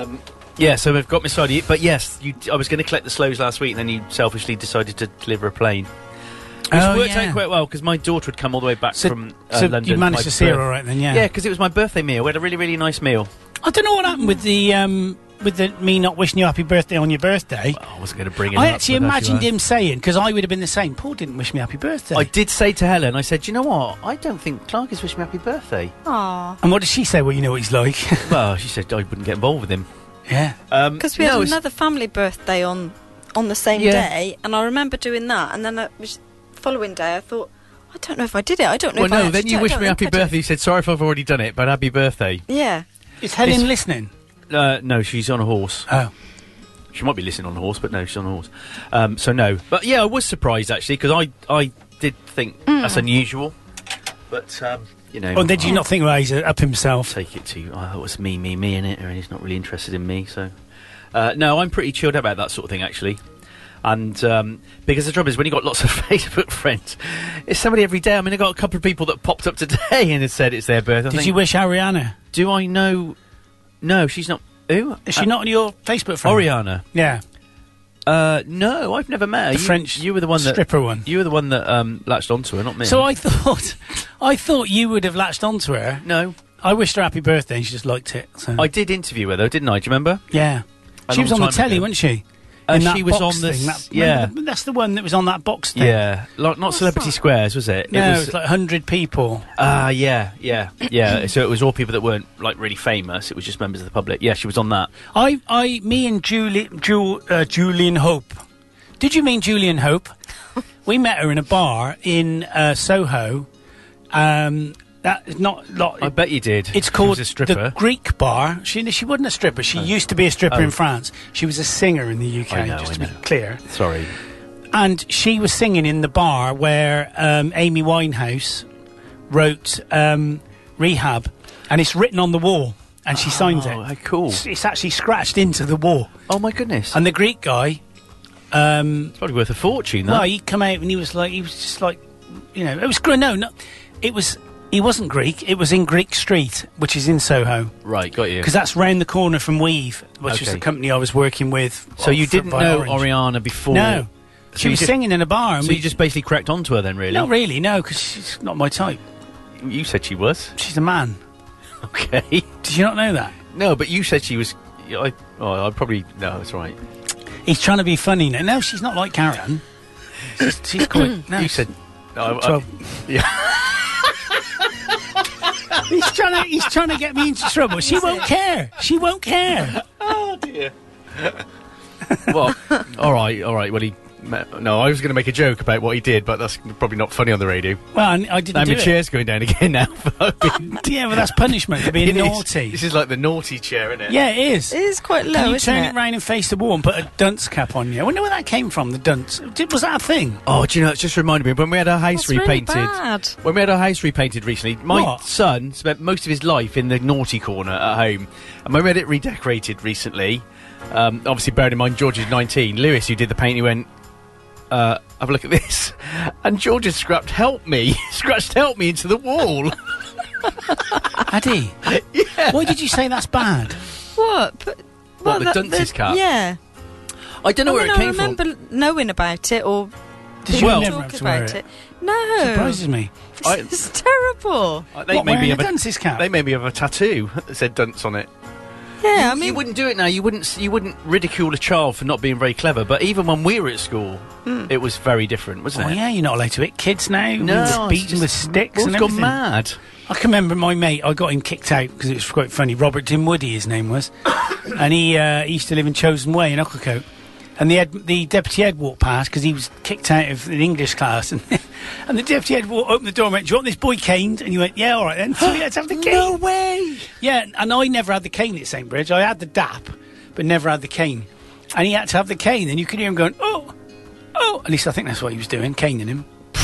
[SPEAKER 6] Um, yeah, so we've got Miss Hardy. But yes, you, I was going to collect the slows last week, and then you selfishly decided to deliver a plane. Which
[SPEAKER 5] Oh,
[SPEAKER 6] worked
[SPEAKER 5] yeah.
[SPEAKER 6] out quite well because my daughter had come all the way back
[SPEAKER 5] So,
[SPEAKER 6] from uh,
[SPEAKER 5] so
[SPEAKER 6] London.
[SPEAKER 5] you managed
[SPEAKER 6] my
[SPEAKER 5] to see her
[SPEAKER 6] birth-
[SPEAKER 5] all right then, yeah.
[SPEAKER 6] Yeah, because it was my birthday meal. We had a really, really nice meal.
[SPEAKER 5] I don't know what happened with the um, with the me not wishing you happy birthday on your birthday.
[SPEAKER 6] Oh, I wasn't going to bring it.
[SPEAKER 5] I
[SPEAKER 6] up,
[SPEAKER 5] actually
[SPEAKER 6] but there you
[SPEAKER 5] imagined
[SPEAKER 6] are.
[SPEAKER 5] him saying because I would have been the same. Paul didn't wish me happy birthday.
[SPEAKER 6] I did say to Helen, I said, "Do you know what? I don't think Clark has wished me happy birthday."
[SPEAKER 7] Aww.
[SPEAKER 5] and what did she say? Well, you know what he's like.
[SPEAKER 6] well, she said I wouldn't get involved with him. Um,
[SPEAKER 5] yeah.
[SPEAKER 7] Because we
[SPEAKER 6] No,
[SPEAKER 7] had
[SPEAKER 6] it's-
[SPEAKER 7] another family birthday on on the same
[SPEAKER 6] Yeah.
[SPEAKER 7] day, and I remember doing that. And then the was following day, I thought, I don't know if I did it. I don't know. if
[SPEAKER 6] Well,
[SPEAKER 7] I
[SPEAKER 6] no.
[SPEAKER 7] actually
[SPEAKER 6] Then
[SPEAKER 7] did
[SPEAKER 6] you
[SPEAKER 7] it. I
[SPEAKER 6] wished
[SPEAKER 7] don't
[SPEAKER 6] me
[SPEAKER 7] think
[SPEAKER 6] happy
[SPEAKER 7] I did it."
[SPEAKER 6] birthday. You said, "Sorry if I've already done it, but happy birthday."
[SPEAKER 7] Yeah.
[SPEAKER 5] Is Helen
[SPEAKER 6] It's-
[SPEAKER 5] listening?
[SPEAKER 6] Uh, no, she's on a horse.
[SPEAKER 5] Oh.
[SPEAKER 6] She might be listening on a horse, but no, she's on a horse. Um, so no, but yeah, I was surprised actually because I I did think that's unusual, but um, you know,
[SPEAKER 5] Oh, and did you not think, well, he's uh, up himself?
[SPEAKER 6] take it to oh, it was me, me, me in it, and he's not really interested in me. So uh, no, I'm pretty chilled about that sort of thing actually. And um, because the trouble is, when you got lots of Facebook friends, it's somebody every day. I mean, I got a couple of people that popped up today and had said it's their birthday. I
[SPEAKER 5] Did
[SPEAKER 6] think,
[SPEAKER 5] you wish Ariana?
[SPEAKER 6] Do I know? No, she's not. Who Uh,
[SPEAKER 5] Is she not on your Facebook friend?
[SPEAKER 6] Oriana.
[SPEAKER 5] Yeah.
[SPEAKER 6] Uh, no, I've never met her.
[SPEAKER 5] The
[SPEAKER 6] you,
[SPEAKER 5] French
[SPEAKER 6] you were the one that
[SPEAKER 5] stripper one.
[SPEAKER 6] You were the one that um, latched onto her, not me.
[SPEAKER 5] So I thought, I thought you would have latched onto her.
[SPEAKER 6] no,
[SPEAKER 5] I wished her happy birthday, and she just liked it. So
[SPEAKER 6] I did interview her though, didn't I? Do you remember?
[SPEAKER 5] yeah,
[SPEAKER 6] A
[SPEAKER 5] she was on
[SPEAKER 6] long
[SPEAKER 5] the
[SPEAKER 6] time
[SPEAKER 5] telly,
[SPEAKER 6] ago.
[SPEAKER 5] wasn't she?
[SPEAKER 6] Uh,
[SPEAKER 5] And
[SPEAKER 6] she was on the
[SPEAKER 5] thing,
[SPEAKER 6] s-
[SPEAKER 5] that,
[SPEAKER 6] yeah.
[SPEAKER 5] remember the- that's the one that was on that box thing.
[SPEAKER 6] Yeah, like not Celebrity Squares, was it?
[SPEAKER 5] no,
[SPEAKER 6] it
[SPEAKER 5] it
[SPEAKER 6] was.
[SPEAKER 5] was like hundred people.
[SPEAKER 6] Ah, yeah, yeah, yeah. so it was all people that weren't like really famous. It was just members of the public. Yeah, she was on that.
[SPEAKER 5] I, I, me and Julie, Ju, uh, Julian Hope. Did you mean Julian Hope? we met her in a bar in uh, Soho. Um, that is not, not
[SPEAKER 6] I bet you did.
[SPEAKER 5] It's
[SPEAKER 6] She
[SPEAKER 5] called
[SPEAKER 6] was a stripper. Oh.
[SPEAKER 5] the Greek Bar. She she wasn't a stripper. She used to be a stripper in France. She was a singer in the UK,
[SPEAKER 6] I know,
[SPEAKER 5] just
[SPEAKER 6] I
[SPEAKER 5] to
[SPEAKER 6] know.
[SPEAKER 5] be clear.
[SPEAKER 6] Sorry.
[SPEAKER 5] And she was singing in the bar where um, Amy Winehouse wrote um, "Rehab," and it's written on the wall, and she signs
[SPEAKER 6] Oh,
[SPEAKER 5] it.
[SPEAKER 6] how cool.
[SPEAKER 5] It's, it's actually scratched into the wall.
[SPEAKER 6] Oh my goodness,
[SPEAKER 5] And the Greek guy, um,
[SPEAKER 6] it's probably worth a fortune.
[SPEAKER 5] well,
[SPEAKER 6] That.
[SPEAKER 5] he come out and he was like, he was just like, you know, it was Gr- no, no, it was. He wasn't Greek. It was in Greek Street, which is in Soho
[SPEAKER 6] Right, got you.
[SPEAKER 5] because that's round the corner from Weave, which was
[SPEAKER 6] Okay.
[SPEAKER 5] the company I was working with.
[SPEAKER 6] So you
[SPEAKER 5] for-
[SPEAKER 6] didn't
[SPEAKER 5] by
[SPEAKER 6] know
[SPEAKER 5] Orange.
[SPEAKER 6] Oriana before?
[SPEAKER 5] No,
[SPEAKER 6] So
[SPEAKER 5] she
[SPEAKER 6] you
[SPEAKER 5] was
[SPEAKER 6] just-
[SPEAKER 5] singing in a bar, and
[SPEAKER 6] So
[SPEAKER 5] we
[SPEAKER 6] you just basically cracked onto her then, really?
[SPEAKER 5] not really no, because she's not my type.
[SPEAKER 6] You said she was.
[SPEAKER 5] She's a man.
[SPEAKER 6] Okay.
[SPEAKER 5] Did you not know that?
[SPEAKER 6] No, but you said she was. I, oh, I probably no. It's all right.
[SPEAKER 5] He's trying to be funny now. No, she's not like Karen. She's, she's quite. No,
[SPEAKER 6] You said. No, I, I,
[SPEAKER 5] Twelve. he's trying to. He's trying to get me into trouble. She won't care. She won't care.
[SPEAKER 6] well, all right, all right. Well, he. No, I was going to make a joke about what he did, but that's probably not funny on the radio.
[SPEAKER 5] Well, I, I didn't
[SPEAKER 6] I
[SPEAKER 5] do
[SPEAKER 6] mean,
[SPEAKER 5] it.
[SPEAKER 6] chair's going down again now.
[SPEAKER 5] Yeah, but that's punishment for being
[SPEAKER 6] It is.
[SPEAKER 5] naughty.
[SPEAKER 6] This is like the naughty chair, isn't it?
[SPEAKER 5] yeah, it is.
[SPEAKER 7] It is quite low,
[SPEAKER 5] Can you
[SPEAKER 7] isn't
[SPEAKER 5] turn
[SPEAKER 7] it?
[SPEAKER 5] it round and face the wall and put a dunce cap on you? I wonder where that came from. The dunce Did, was that a thing?
[SPEAKER 6] Oh, do you know? It just reminded me when we had our house
[SPEAKER 7] That's really
[SPEAKER 6] repainted.
[SPEAKER 7] bad.
[SPEAKER 6] When we had our house repainted recently, my
[SPEAKER 5] What?
[SPEAKER 6] son spent most of his life in the naughty corner at home, and when we had it redecorated recently, um, obviously bearing in mind George is nineteen, Lewis, who did the painting, went. Uh, have a look at this, and George had scrapped "Help Me," scratched "Help Me" into the wall.
[SPEAKER 5] Addy, why did you say that's bad?
[SPEAKER 7] What? But, well,
[SPEAKER 6] the
[SPEAKER 7] that-
[SPEAKER 6] dunce's cap?
[SPEAKER 7] Yeah.
[SPEAKER 6] I don't know
[SPEAKER 7] I
[SPEAKER 6] where
[SPEAKER 7] mean, I
[SPEAKER 6] it came
[SPEAKER 7] remember
[SPEAKER 6] from.
[SPEAKER 7] knowing about it or
[SPEAKER 5] Did
[SPEAKER 7] people
[SPEAKER 5] you
[SPEAKER 6] Well-
[SPEAKER 5] never have
[SPEAKER 7] talk
[SPEAKER 5] to wear
[SPEAKER 7] about
[SPEAKER 5] it?
[SPEAKER 7] it. No.
[SPEAKER 5] Surprises me.
[SPEAKER 6] I-
[SPEAKER 7] This is terrible.
[SPEAKER 6] Uh, They
[SPEAKER 5] What,
[SPEAKER 6] made me
[SPEAKER 5] wearing a
[SPEAKER 6] have a
[SPEAKER 5] dunce's cap?
[SPEAKER 6] They made me have a tattoo that said "dunce" on it.
[SPEAKER 7] Yeah, I mean,
[SPEAKER 6] you wouldn't do it now. You wouldn't. s- You wouldn't ridicule a child for not being very clever. But even when we were at school, it was very different, wasn't
[SPEAKER 5] Hmm. Oh
[SPEAKER 6] it?
[SPEAKER 5] yeah, you're not allowed to hit kids now.
[SPEAKER 6] No,
[SPEAKER 5] it's beaten with sticks
[SPEAKER 6] Well,
[SPEAKER 5] and
[SPEAKER 6] it's
[SPEAKER 5] everything.
[SPEAKER 6] gone mad.
[SPEAKER 5] I can remember my mate. I got him kicked out because it was quite funny. Robert Dinwoody, his name was, and he, uh, he used to live in Chosen Way in Ockelcote. And the ed, the deputy head walked past because he was kicked out of an English class, and and the deputy head walked, opened the door and went, "Do you want this boy caned?" And you went, "Yeah, all right then." So let's have the cane. No way. Yeah, and I never had the cane at St Bridge. I had the dap, but never had the cane. And he had to have the cane, and you could hear him going, "Oh, oh." At least I think that's what he was doing, caning him.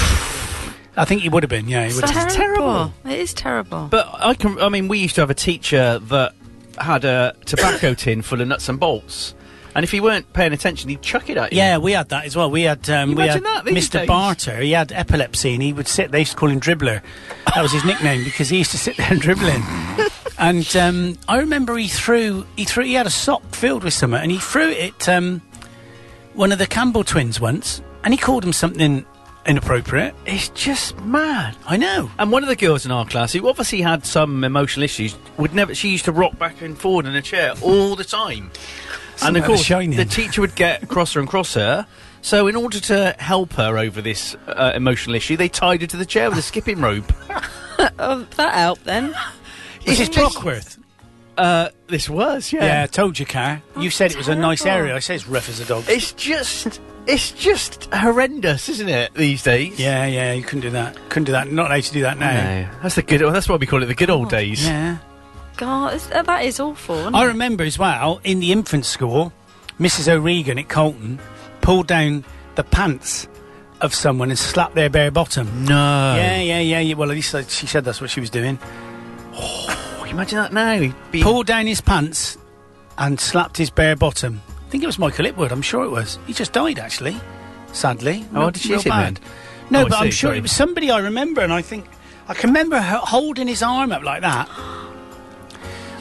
[SPEAKER 5] I think he would have been. Yeah, he would. have.
[SPEAKER 7] It's
[SPEAKER 6] terrible.
[SPEAKER 7] It is terrible.
[SPEAKER 6] But I can. I mean, we used to have a teacher that had a tobacco tin full of nuts and bolts, and if he weren't paying attention, he'd chuck it at you.
[SPEAKER 5] Yeah, we had that as well. We had um, we had
[SPEAKER 6] Imagine that these
[SPEAKER 5] Mr.
[SPEAKER 6] days.
[SPEAKER 5] Barter. He had epilepsy, and he would sit. They used to call him Dribbler. That was his nickname because he used to sit there and dribbling. and um, I remember he threw he threw he had a sock filled with something, and he threw it at um, one of the Campbell twins once, and he called him something inappropriate.
[SPEAKER 6] It's just mad.
[SPEAKER 5] I know.
[SPEAKER 6] And one of the girls in our class, who obviously had some emotional issues, would never. She used to rock back and forward in a chair all the time, and
[SPEAKER 5] Something out
[SPEAKER 6] of
[SPEAKER 5] of
[SPEAKER 6] course,
[SPEAKER 5] Shining.
[SPEAKER 6] the teacher would get crosser and crosser. So, in order to help her over this uh, emotional issue, they tied her to the chair with a skipping rope.
[SPEAKER 7] oh, that helped then.
[SPEAKER 5] This is Brockworth.
[SPEAKER 6] Uh, this was, yeah.
[SPEAKER 5] Yeah, I told you, Car. You said it was a nice
[SPEAKER 7] terrible.
[SPEAKER 5] area. I say it's rough as a dog.
[SPEAKER 6] It's just, it's just horrendous, isn't it? These days.
[SPEAKER 5] Yeah, yeah, you couldn't do that. Couldn't do that. Not allowed to do that now.
[SPEAKER 6] No, that's the good. oh, That's why we call it the good old days.
[SPEAKER 5] Yeah.
[SPEAKER 7] God, it's- uh, that is awful. isn't
[SPEAKER 5] I
[SPEAKER 7] it?
[SPEAKER 5] remember as well in the infant school, Mrs. O'Regan at Colton pulled down the pants of someone and slapped their bare bottom.
[SPEAKER 6] No.
[SPEAKER 5] Yeah, yeah, yeah, yeah. Well, at least uh, she said that's what she was doing.
[SPEAKER 6] Oh, Can you imagine that now? He'd be-
[SPEAKER 5] Pulled down his pants and slapped his bare bottom. I think it was Michael Itwood. I'm sure it was. He just died actually. Sadly.
[SPEAKER 6] Oh,
[SPEAKER 5] Real-
[SPEAKER 6] did she
[SPEAKER 5] real
[SPEAKER 6] hit him
[SPEAKER 5] bad.
[SPEAKER 6] then?
[SPEAKER 5] No,
[SPEAKER 6] Oh, I
[SPEAKER 5] but I'm
[SPEAKER 6] see,
[SPEAKER 5] sure
[SPEAKER 6] sorry.
[SPEAKER 5] it was somebody I remember, and I think I can remember her holding his arm up like that.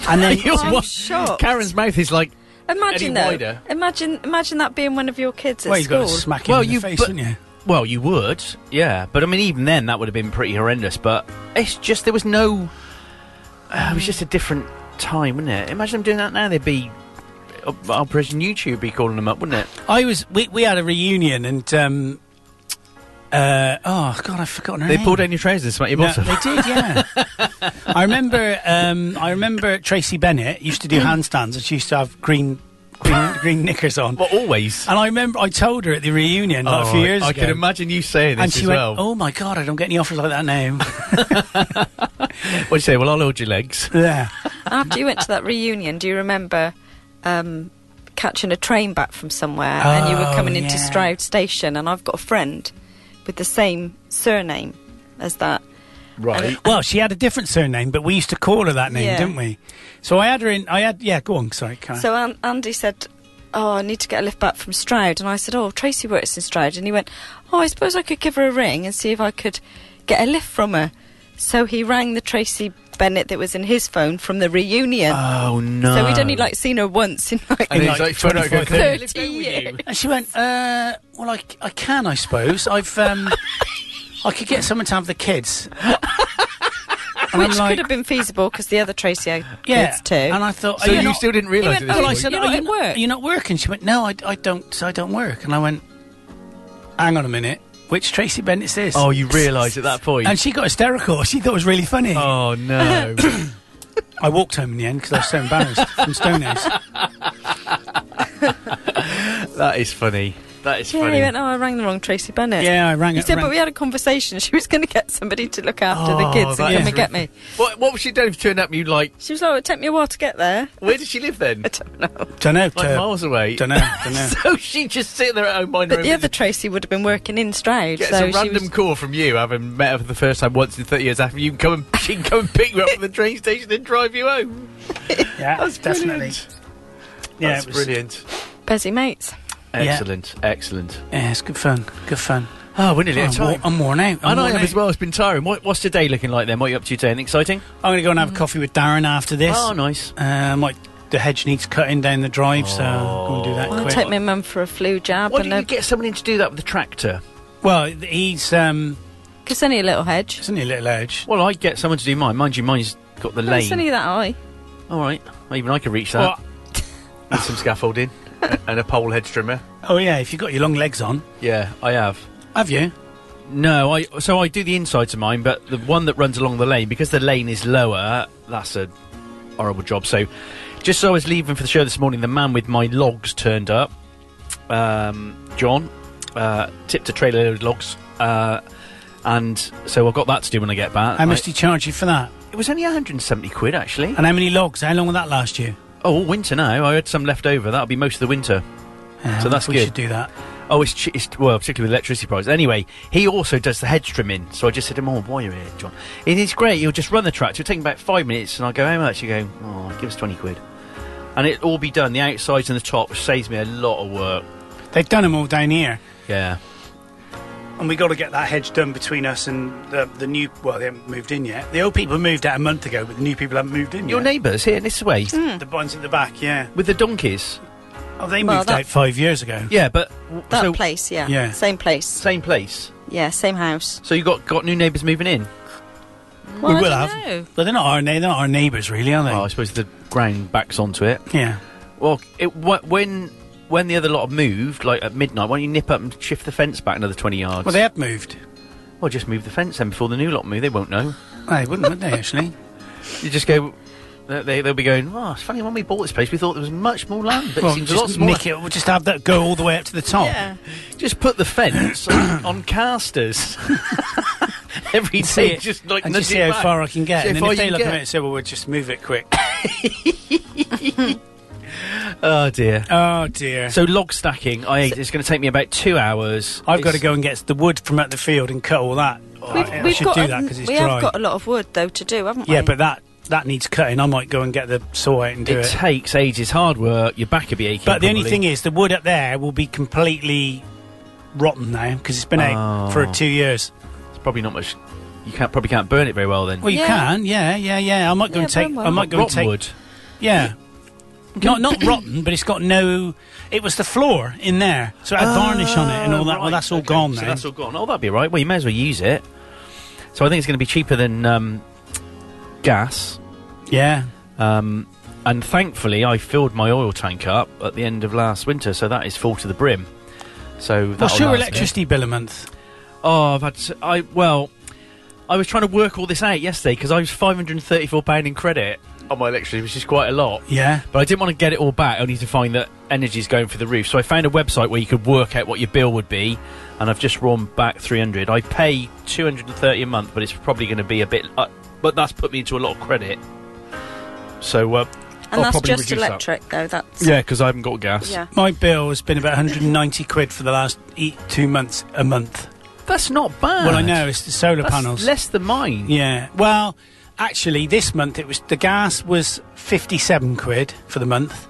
[SPEAKER 5] And then
[SPEAKER 6] You're
[SPEAKER 7] I'm
[SPEAKER 6] what-
[SPEAKER 7] shocked.
[SPEAKER 6] Karen's mouth is like.
[SPEAKER 7] Imagine
[SPEAKER 6] Any
[SPEAKER 7] though.
[SPEAKER 6] wider?
[SPEAKER 7] Imagine, imagine that being one of your kids at
[SPEAKER 5] well, you got
[SPEAKER 7] school.
[SPEAKER 5] to smack him
[SPEAKER 6] Well,
[SPEAKER 5] in
[SPEAKER 6] you-
[SPEAKER 5] the face,
[SPEAKER 6] but-
[SPEAKER 5] didn't you?
[SPEAKER 6] Well, you would, yeah. But I mean, even then, that would have been pretty horrendous. But it's just there was no. Uh, it was just a different time, wasn't it? Imagine them doing that now. They'd be. Uh, I'll presume YouTube would be calling them up, wouldn't it?
[SPEAKER 5] I was we, we had a reunion and um, uh, oh god I've forgotten her
[SPEAKER 6] They
[SPEAKER 5] name.
[SPEAKER 6] pulled down your trousers and smacked your
[SPEAKER 5] No,
[SPEAKER 6] bottom.
[SPEAKER 5] they did, yeah. I remember. Um, I remember Tracy Bennett used to
[SPEAKER 6] Mm.
[SPEAKER 5] do handstands, and she used to have green, green, green knickers on.
[SPEAKER 6] Well, always.
[SPEAKER 5] And I remember I told her at the reunion like, a few
[SPEAKER 6] Oh,
[SPEAKER 5] years
[SPEAKER 6] I
[SPEAKER 5] ago.
[SPEAKER 6] can imagine you saying this
[SPEAKER 5] and she
[SPEAKER 6] as
[SPEAKER 5] went,
[SPEAKER 6] well.
[SPEAKER 5] "Oh my god, I don't get any offers like that now."
[SPEAKER 6] What'd you say? Well, I'll hold your legs.
[SPEAKER 5] yeah.
[SPEAKER 7] After you went to that reunion, do you remember um, catching a train back from somewhere and you were
[SPEAKER 5] Oh,
[SPEAKER 7] coming into
[SPEAKER 5] yeah.
[SPEAKER 7] Stroud station? And I've got a friend with the same surname as that.
[SPEAKER 6] Right.
[SPEAKER 5] Well, she had a different surname, but we used to call her that name,
[SPEAKER 7] Yeah.
[SPEAKER 5] didn't we? So I had her in. I had yeah. Go on, sorry. Karen.
[SPEAKER 7] So An- Andy said, "Oh, I need to get a lift back from Stroud," and I said, "Oh, Tracy works in Stroud," and he went, "Oh, I suppose I could give her a ring and see if I could get a lift from her." So he rang the Tracy Bennett that was in his phone from the reunion.
[SPEAKER 6] Oh no.
[SPEAKER 7] so we'd only like seen her once in like
[SPEAKER 6] And
[SPEAKER 5] In,
[SPEAKER 6] he's
[SPEAKER 5] like,
[SPEAKER 6] like, phone out, go,
[SPEAKER 5] 25
[SPEAKER 6] "Can I
[SPEAKER 7] thirty
[SPEAKER 6] live down with
[SPEAKER 7] years.
[SPEAKER 6] you?"
[SPEAKER 5] And she went, uh, well, I, I can, I suppose. I've, um, I could get someone to have the kids. and
[SPEAKER 7] Which could have been feasible because the other Tracy had
[SPEAKER 5] yeah.
[SPEAKER 7] kids too.
[SPEAKER 5] And I thought,
[SPEAKER 6] So
[SPEAKER 5] are
[SPEAKER 6] you
[SPEAKER 5] not-
[SPEAKER 6] still didn't realise
[SPEAKER 7] He went,
[SPEAKER 6] it. this
[SPEAKER 7] "Oh,
[SPEAKER 5] Well, I
[SPEAKER 6] point?"
[SPEAKER 5] said,
[SPEAKER 7] You're
[SPEAKER 5] are
[SPEAKER 7] not
[SPEAKER 5] you
[SPEAKER 7] at
[SPEAKER 5] not,
[SPEAKER 7] work."
[SPEAKER 5] You're not working. She went, no, I, I don't, I don't work. And I went, hang on a minute. Which Tracy Bennett's this?
[SPEAKER 6] Oh, you realise at that point.
[SPEAKER 5] And she got hysterical. She thought it was really funny.
[SPEAKER 6] oh no.
[SPEAKER 5] I walked home in the end because I was so embarrassed from Stonehouse.
[SPEAKER 6] that is funny. That is
[SPEAKER 7] yeah,
[SPEAKER 6] funny.
[SPEAKER 7] he went, "Oh, I rang the wrong Tracy Bennett."
[SPEAKER 5] Yeah, I rang
[SPEAKER 7] He
[SPEAKER 5] it.
[SPEAKER 7] said,
[SPEAKER 5] rang-
[SPEAKER 7] "But we had a conversation. She was going to get somebody to look after the
[SPEAKER 6] Oh,
[SPEAKER 7] kids
[SPEAKER 6] that
[SPEAKER 7] and come
[SPEAKER 5] is
[SPEAKER 7] and get me."
[SPEAKER 6] What, what was she doing? Turned up, and you like?
[SPEAKER 7] She was like, "Oh, "It took me a while to get there."
[SPEAKER 6] Where did she live then?
[SPEAKER 7] I don't know.
[SPEAKER 5] Don't know.
[SPEAKER 6] Like miles away.
[SPEAKER 5] Don't know. Don't know.
[SPEAKER 6] so she just sitting there at home minding
[SPEAKER 7] But
[SPEAKER 6] her
[SPEAKER 7] the
[SPEAKER 6] own
[SPEAKER 7] other
[SPEAKER 6] business,
[SPEAKER 7] Tracy would have been working in Stroud,
[SPEAKER 6] gets
[SPEAKER 7] so
[SPEAKER 6] a
[SPEAKER 7] she
[SPEAKER 6] random
[SPEAKER 7] was.
[SPEAKER 6] call from you, having met her for the first time once in thirty years. After you can come and she can come and pick you up from the train station and drive you home.
[SPEAKER 5] yeah,
[SPEAKER 6] That's
[SPEAKER 5] definitely.
[SPEAKER 6] brilliant.
[SPEAKER 5] Yeah,
[SPEAKER 6] That's
[SPEAKER 5] it was-
[SPEAKER 6] brilliant.
[SPEAKER 7] Bezzy mates.
[SPEAKER 6] Excellent, excellent.
[SPEAKER 5] Yeah, it's good fun. Good fun.
[SPEAKER 6] Oh, we're nearly
[SPEAKER 5] I'm,
[SPEAKER 6] at time.
[SPEAKER 5] wor- I'm worn out. I'm
[SPEAKER 6] I know
[SPEAKER 5] worn
[SPEAKER 6] I am
[SPEAKER 5] out.
[SPEAKER 6] as well. It's been tiring. What, what's today looking like then? What are you up to today? Anything exciting?
[SPEAKER 5] I'm going to go and have a coffee with Darren after this.
[SPEAKER 6] Oh, nice.
[SPEAKER 5] Uh, my, the hedge needs cutting down the drive, so I'm going
[SPEAKER 6] Oh.
[SPEAKER 5] to do that
[SPEAKER 7] I'll
[SPEAKER 5] quick.
[SPEAKER 7] take my mum for a flu jab
[SPEAKER 6] Why
[SPEAKER 7] and
[SPEAKER 6] don't you get someone in to do that with the tractor?
[SPEAKER 5] well, th- he's um,
[SPEAKER 7] because only a little hedge.
[SPEAKER 5] isn't he a little edge?
[SPEAKER 6] Well, I'd get someone to do mine. Mind you, mine's got the
[SPEAKER 7] No, It's only
[SPEAKER 6] lane.
[SPEAKER 7] that high.
[SPEAKER 6] All right. Well, even I could reach that
[SPEAKER 5] Well,
[SPEAKER 6] with some scaffolding a- and a pole hedge trimmer.
[SPEAKER 5] oh yeah, if you've got your long legs on,
[SPEAKER 6] Yeah, I have.
[SPEAKER 5] have you?
[SPEAKER 6] No, I so I do the insides of mine, but the one that runs along the lane because the lane is lower. That's a horrible job. So, just as I was leaving for the show this morning, the man with my logs turned up. Um, John uh, tipped a trailer load of logs, uh, and so I've got that to do when I get back.
[SPEAKER 5] How much
[SPEAKER 6] I-
[SPEAKER 5] did he charge you for that?
[SPEAKER 6] it was only 170 quid actually.
[SPEAKER 5] And how many logs? How long will that last you?
[SPEAKER 6] Oh, all winter now. I had some left over. That'll be most of the winter.
[SPEAKER 5] Yeah,
[SPEAKER 6] So that's
[SPEAKER 5] Um, we
[SPEAKER 6] good.
[SPEAKER 5] should do that.
[SPEAKER 6] Oh, it's, che- it's well, particularly with electricity prices. Anyway, he also does the hedge trimming. So I just said to him, "Oh, why are you here, John?" It is great. You'll just run the tractor. It'll take about five minutes, and I go, "How much?" You go, "Oh, give us twenty quid," and it'll all be done. The outsides and the top which saves me a lot of work.
[SPEAKER 5] They've done them all down here.
[SPEAKER 6] Yeah.
[SPEAKER 5] And we got to get that hedge done between us and the, the new. Well, they haven't moved in yet. The old people moved out a month ago, but the new people haven't moved in
[SPEAKER 6] Your
[SPEAKER 5] yet.
[SPEAKER 6] neighbours here this way
[SPEAKER 5] The ones at the back, yeah.
[SPEAKER 6] with the donkeys.
[SPEAKER 5] Oh, they
[SPEAKER 7] Well,
[SPEAKER 5] moved
[SPEAKER 7] that-
[SPEAKER 5] out five years ago.
[SPEAKER 6] Yeah, but w-
[SPEAKER 7] That
[SPEAKER 6] so,
[SPEAKER 7] place, yeah.
[SPEAKER 5] Yeah.
[SPEAKER 7] Same place.
[SPEAKER 6] same place.
[SPEAKER 7] Yeah, same house.
[SPEAKER 6] So you got got new neighbours moving in.
[SPEAKER 7] Well, I
[SPEAKER 5] we will
[SPEAKER 7] don't
[SPEAKER 5] have.
[SPEAKER 7] know.
[SPEAKER 5] But they're not our na- they're not our neighbours, really, are they?
[SPEAKER 6] Oh, I suppose the ground backs onto it.
[SPEAKER 5] yeah.
[SPEAKER 6] Well, it, wh- when when the other lot have moved, like at midnight, why don't you nip up and shift the fence back another twenty yards?
[SPEAKER 5] Well, they have moved.
[SPEAKER 6] Well, just move the fence then before the new lot move. They won't know.
[SPEAKER 5] They wouldn't, would they? Actually,
[SPEAKER 6] You just go. They, they- they'll be going. Oh, it's funny. When we bought this place, we thought there was much more land. But
[SPEAKER 5] well,
[SPEAKER 6] it seems a lot
[SPEAKER 5] just
[SPEAKER 6] smaller.
[SPEAKER 5] nick it. We'll just have that go all the way up to the top.
[SPEAKER 7] Yeah.
[SPEAKER 6] Just put the fence on, on casters. Every day, just like
[SPEAKER 5] and
[SPEAKER 6] nudge
[SPEAKER 5] just see
[SPEAKER 6] it
[SPEAKER 5] how
[SPEAKER 6] back.
[SPEAKER 5] far I can get.
[SPEAKER 6] See
[SPEAKER 5] and
[SPEAKER 6] how
[SPEAKER 5] then
[SPEAKER 6] far
[SPEAKER 5] if
[SPEAKER 6] you
[SPEAKER 5] they
[SPEAKER 6] can
[SPEAKER 5] look
[SPEAKER 6] get.
[SPEAKER 5] at it and say, "Well, we'll just move it quick."
[SPEAKER 6] Oh dear.
[SPEAKER 5] oh dear.
[SPEAKER 6] So log stacking. I it's going to take me about two hours.
[SPEAKER 5] I've got to
[SPEAKER 6] It's-
[SPEAKER 5] go and get the wood from out the field and cut all that. I, I Uh, should do that
[SPEAKER 7] a-
[SPEAKER 5] because it's
[SPEAKER 7] we
[SPEAKER 5] dry.
[SPEAKER 7] have got a lot of wood though to do, haven't we?
[SPEAKER 5] yeah, but that that needs cutting. I might go and get the saw out and do
[SPEAKER 6] It,
[SPEAKER 5] it.
[SPEAKER 6] takes ages. Hard work. Your back will be aching.
[SPEAKER 5] But the only
[SPEAKER 6] probably.
[SPEAKER 5] thing is, the wood up there will be completely rotten now because it's been out for
[SPEAKER 6] Oh.
[SPEAKER 5] two years.
[SPEAKER 6] it's probably not much. You can't probably can't burn it very well then.
[SPEAKER 5] Well, you
[SPEAKER 7] Yeah.
[SPEAKER 5] can, yeah, yeah, yeah. I might go
[SPEAKER 7] Yeah,
[SPEAKER 5] and take.
[SPEAKER 7] burn one.
[SPEAKER 5] I might go and
[SPEAKER 6] Rotten
[SPEAKER 5] take.
[SPEAKER 6] wood.
[SPEAKER 5] Yeah, not not rotten, but it's got no. It was the floor in there, so it had varnish on it and all that.
[SPEAKER 6] Oh, Right,
[SPEAKER 5] Well, that's all
[SPEAKER 6] okay,
[SPEAKER 5] gone
[SPEAKER 6] so
[SPEAKER 5] now.
[SPEAKER 6] that's all gone. Oh, that'd be right. Well, you may as well use it. So I think it's going to be cheaper than um, gas.
[SPEAKER 5] Yeah,
[SPEAKER 6] Um, and thankfully, I filled my oil tank up at the end of last winter, so that is full to the brim. So
[SPEAKER 5] what's
[SPEAKER 6] that's
[SPEAKER 5] your electricity bill a month?
[SPEAKER 6] Oh, I've had. s I well, I was trying to work all this out yesterday because I was five hundred and thirty-four pound in credit on my electricity, which is quite a lot.
[SPEAKER 5] Yeah,
[SPEAKER 6] But I didn't want to get it all back, only to find that energy's going for the roof. So I found a website where you could work out what your bill would be, and I've just run back 300. I pay 230 a month, but it's probably going to be a bit. Uh, but that's put me into a lot of credit. So, uh,
[SPEAKER 7] and
[SPEAKER 6] I'll
[SPEAKER 7] that's
[SPEAKER 6] probably
[SPEAKER 7] just
[SPEAKER 6] reduce that.
[SPEAKER 7] electric though. That's
[SPEAKER 6] Yeah, because I haven't got gas.
[SPEAKER 7] yeah.
[SPEAKER 5] my bill has been about 190 quid for the last eight, two months a month.
[SPEAKER 6] That's not bad.
[SPEAKER 5] Well, I know it's the solar
[SPEAKER 6] That's
[SPEAKER 5] panels.
[SPEAKER 6] less than mine.
[SPEAKER 5] Yeah. Well, actually, this month it was the gas was fifty-seven quid for the month,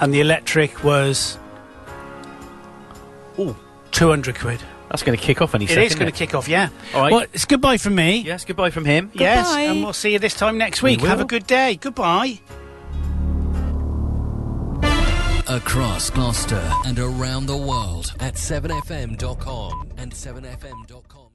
[SPEAKER 5] and the electric was
[SPEAKER 6] Ooh.
[SPEAKER 5] two hundred quid.
[SPEAKER 6] That's going to kick off any
[SPEAKER 5] It
[SPEAKER 6] second.
[SPEAKER 5] is going to kick off. Yeah.
[SPEAKER 6] All right.
[SPEAKER 5] Well, it's goodbye from me.
[SPEAKER 6] Yes, goodbye from him.
[SPEAKER 5] Yes,
[SPEAKER 7] Goodbye.
[SPEAKER 5] and we'll see you this time next week.
[SPEAKER 6] We
[SPEAKER 5] Have a
[SPEAKER 6] will.
[SPEAKER 5] good day. Goodbye.
[SPEAKER 1] Across Gloucester and around the world at 7fm.com and 7fm.com.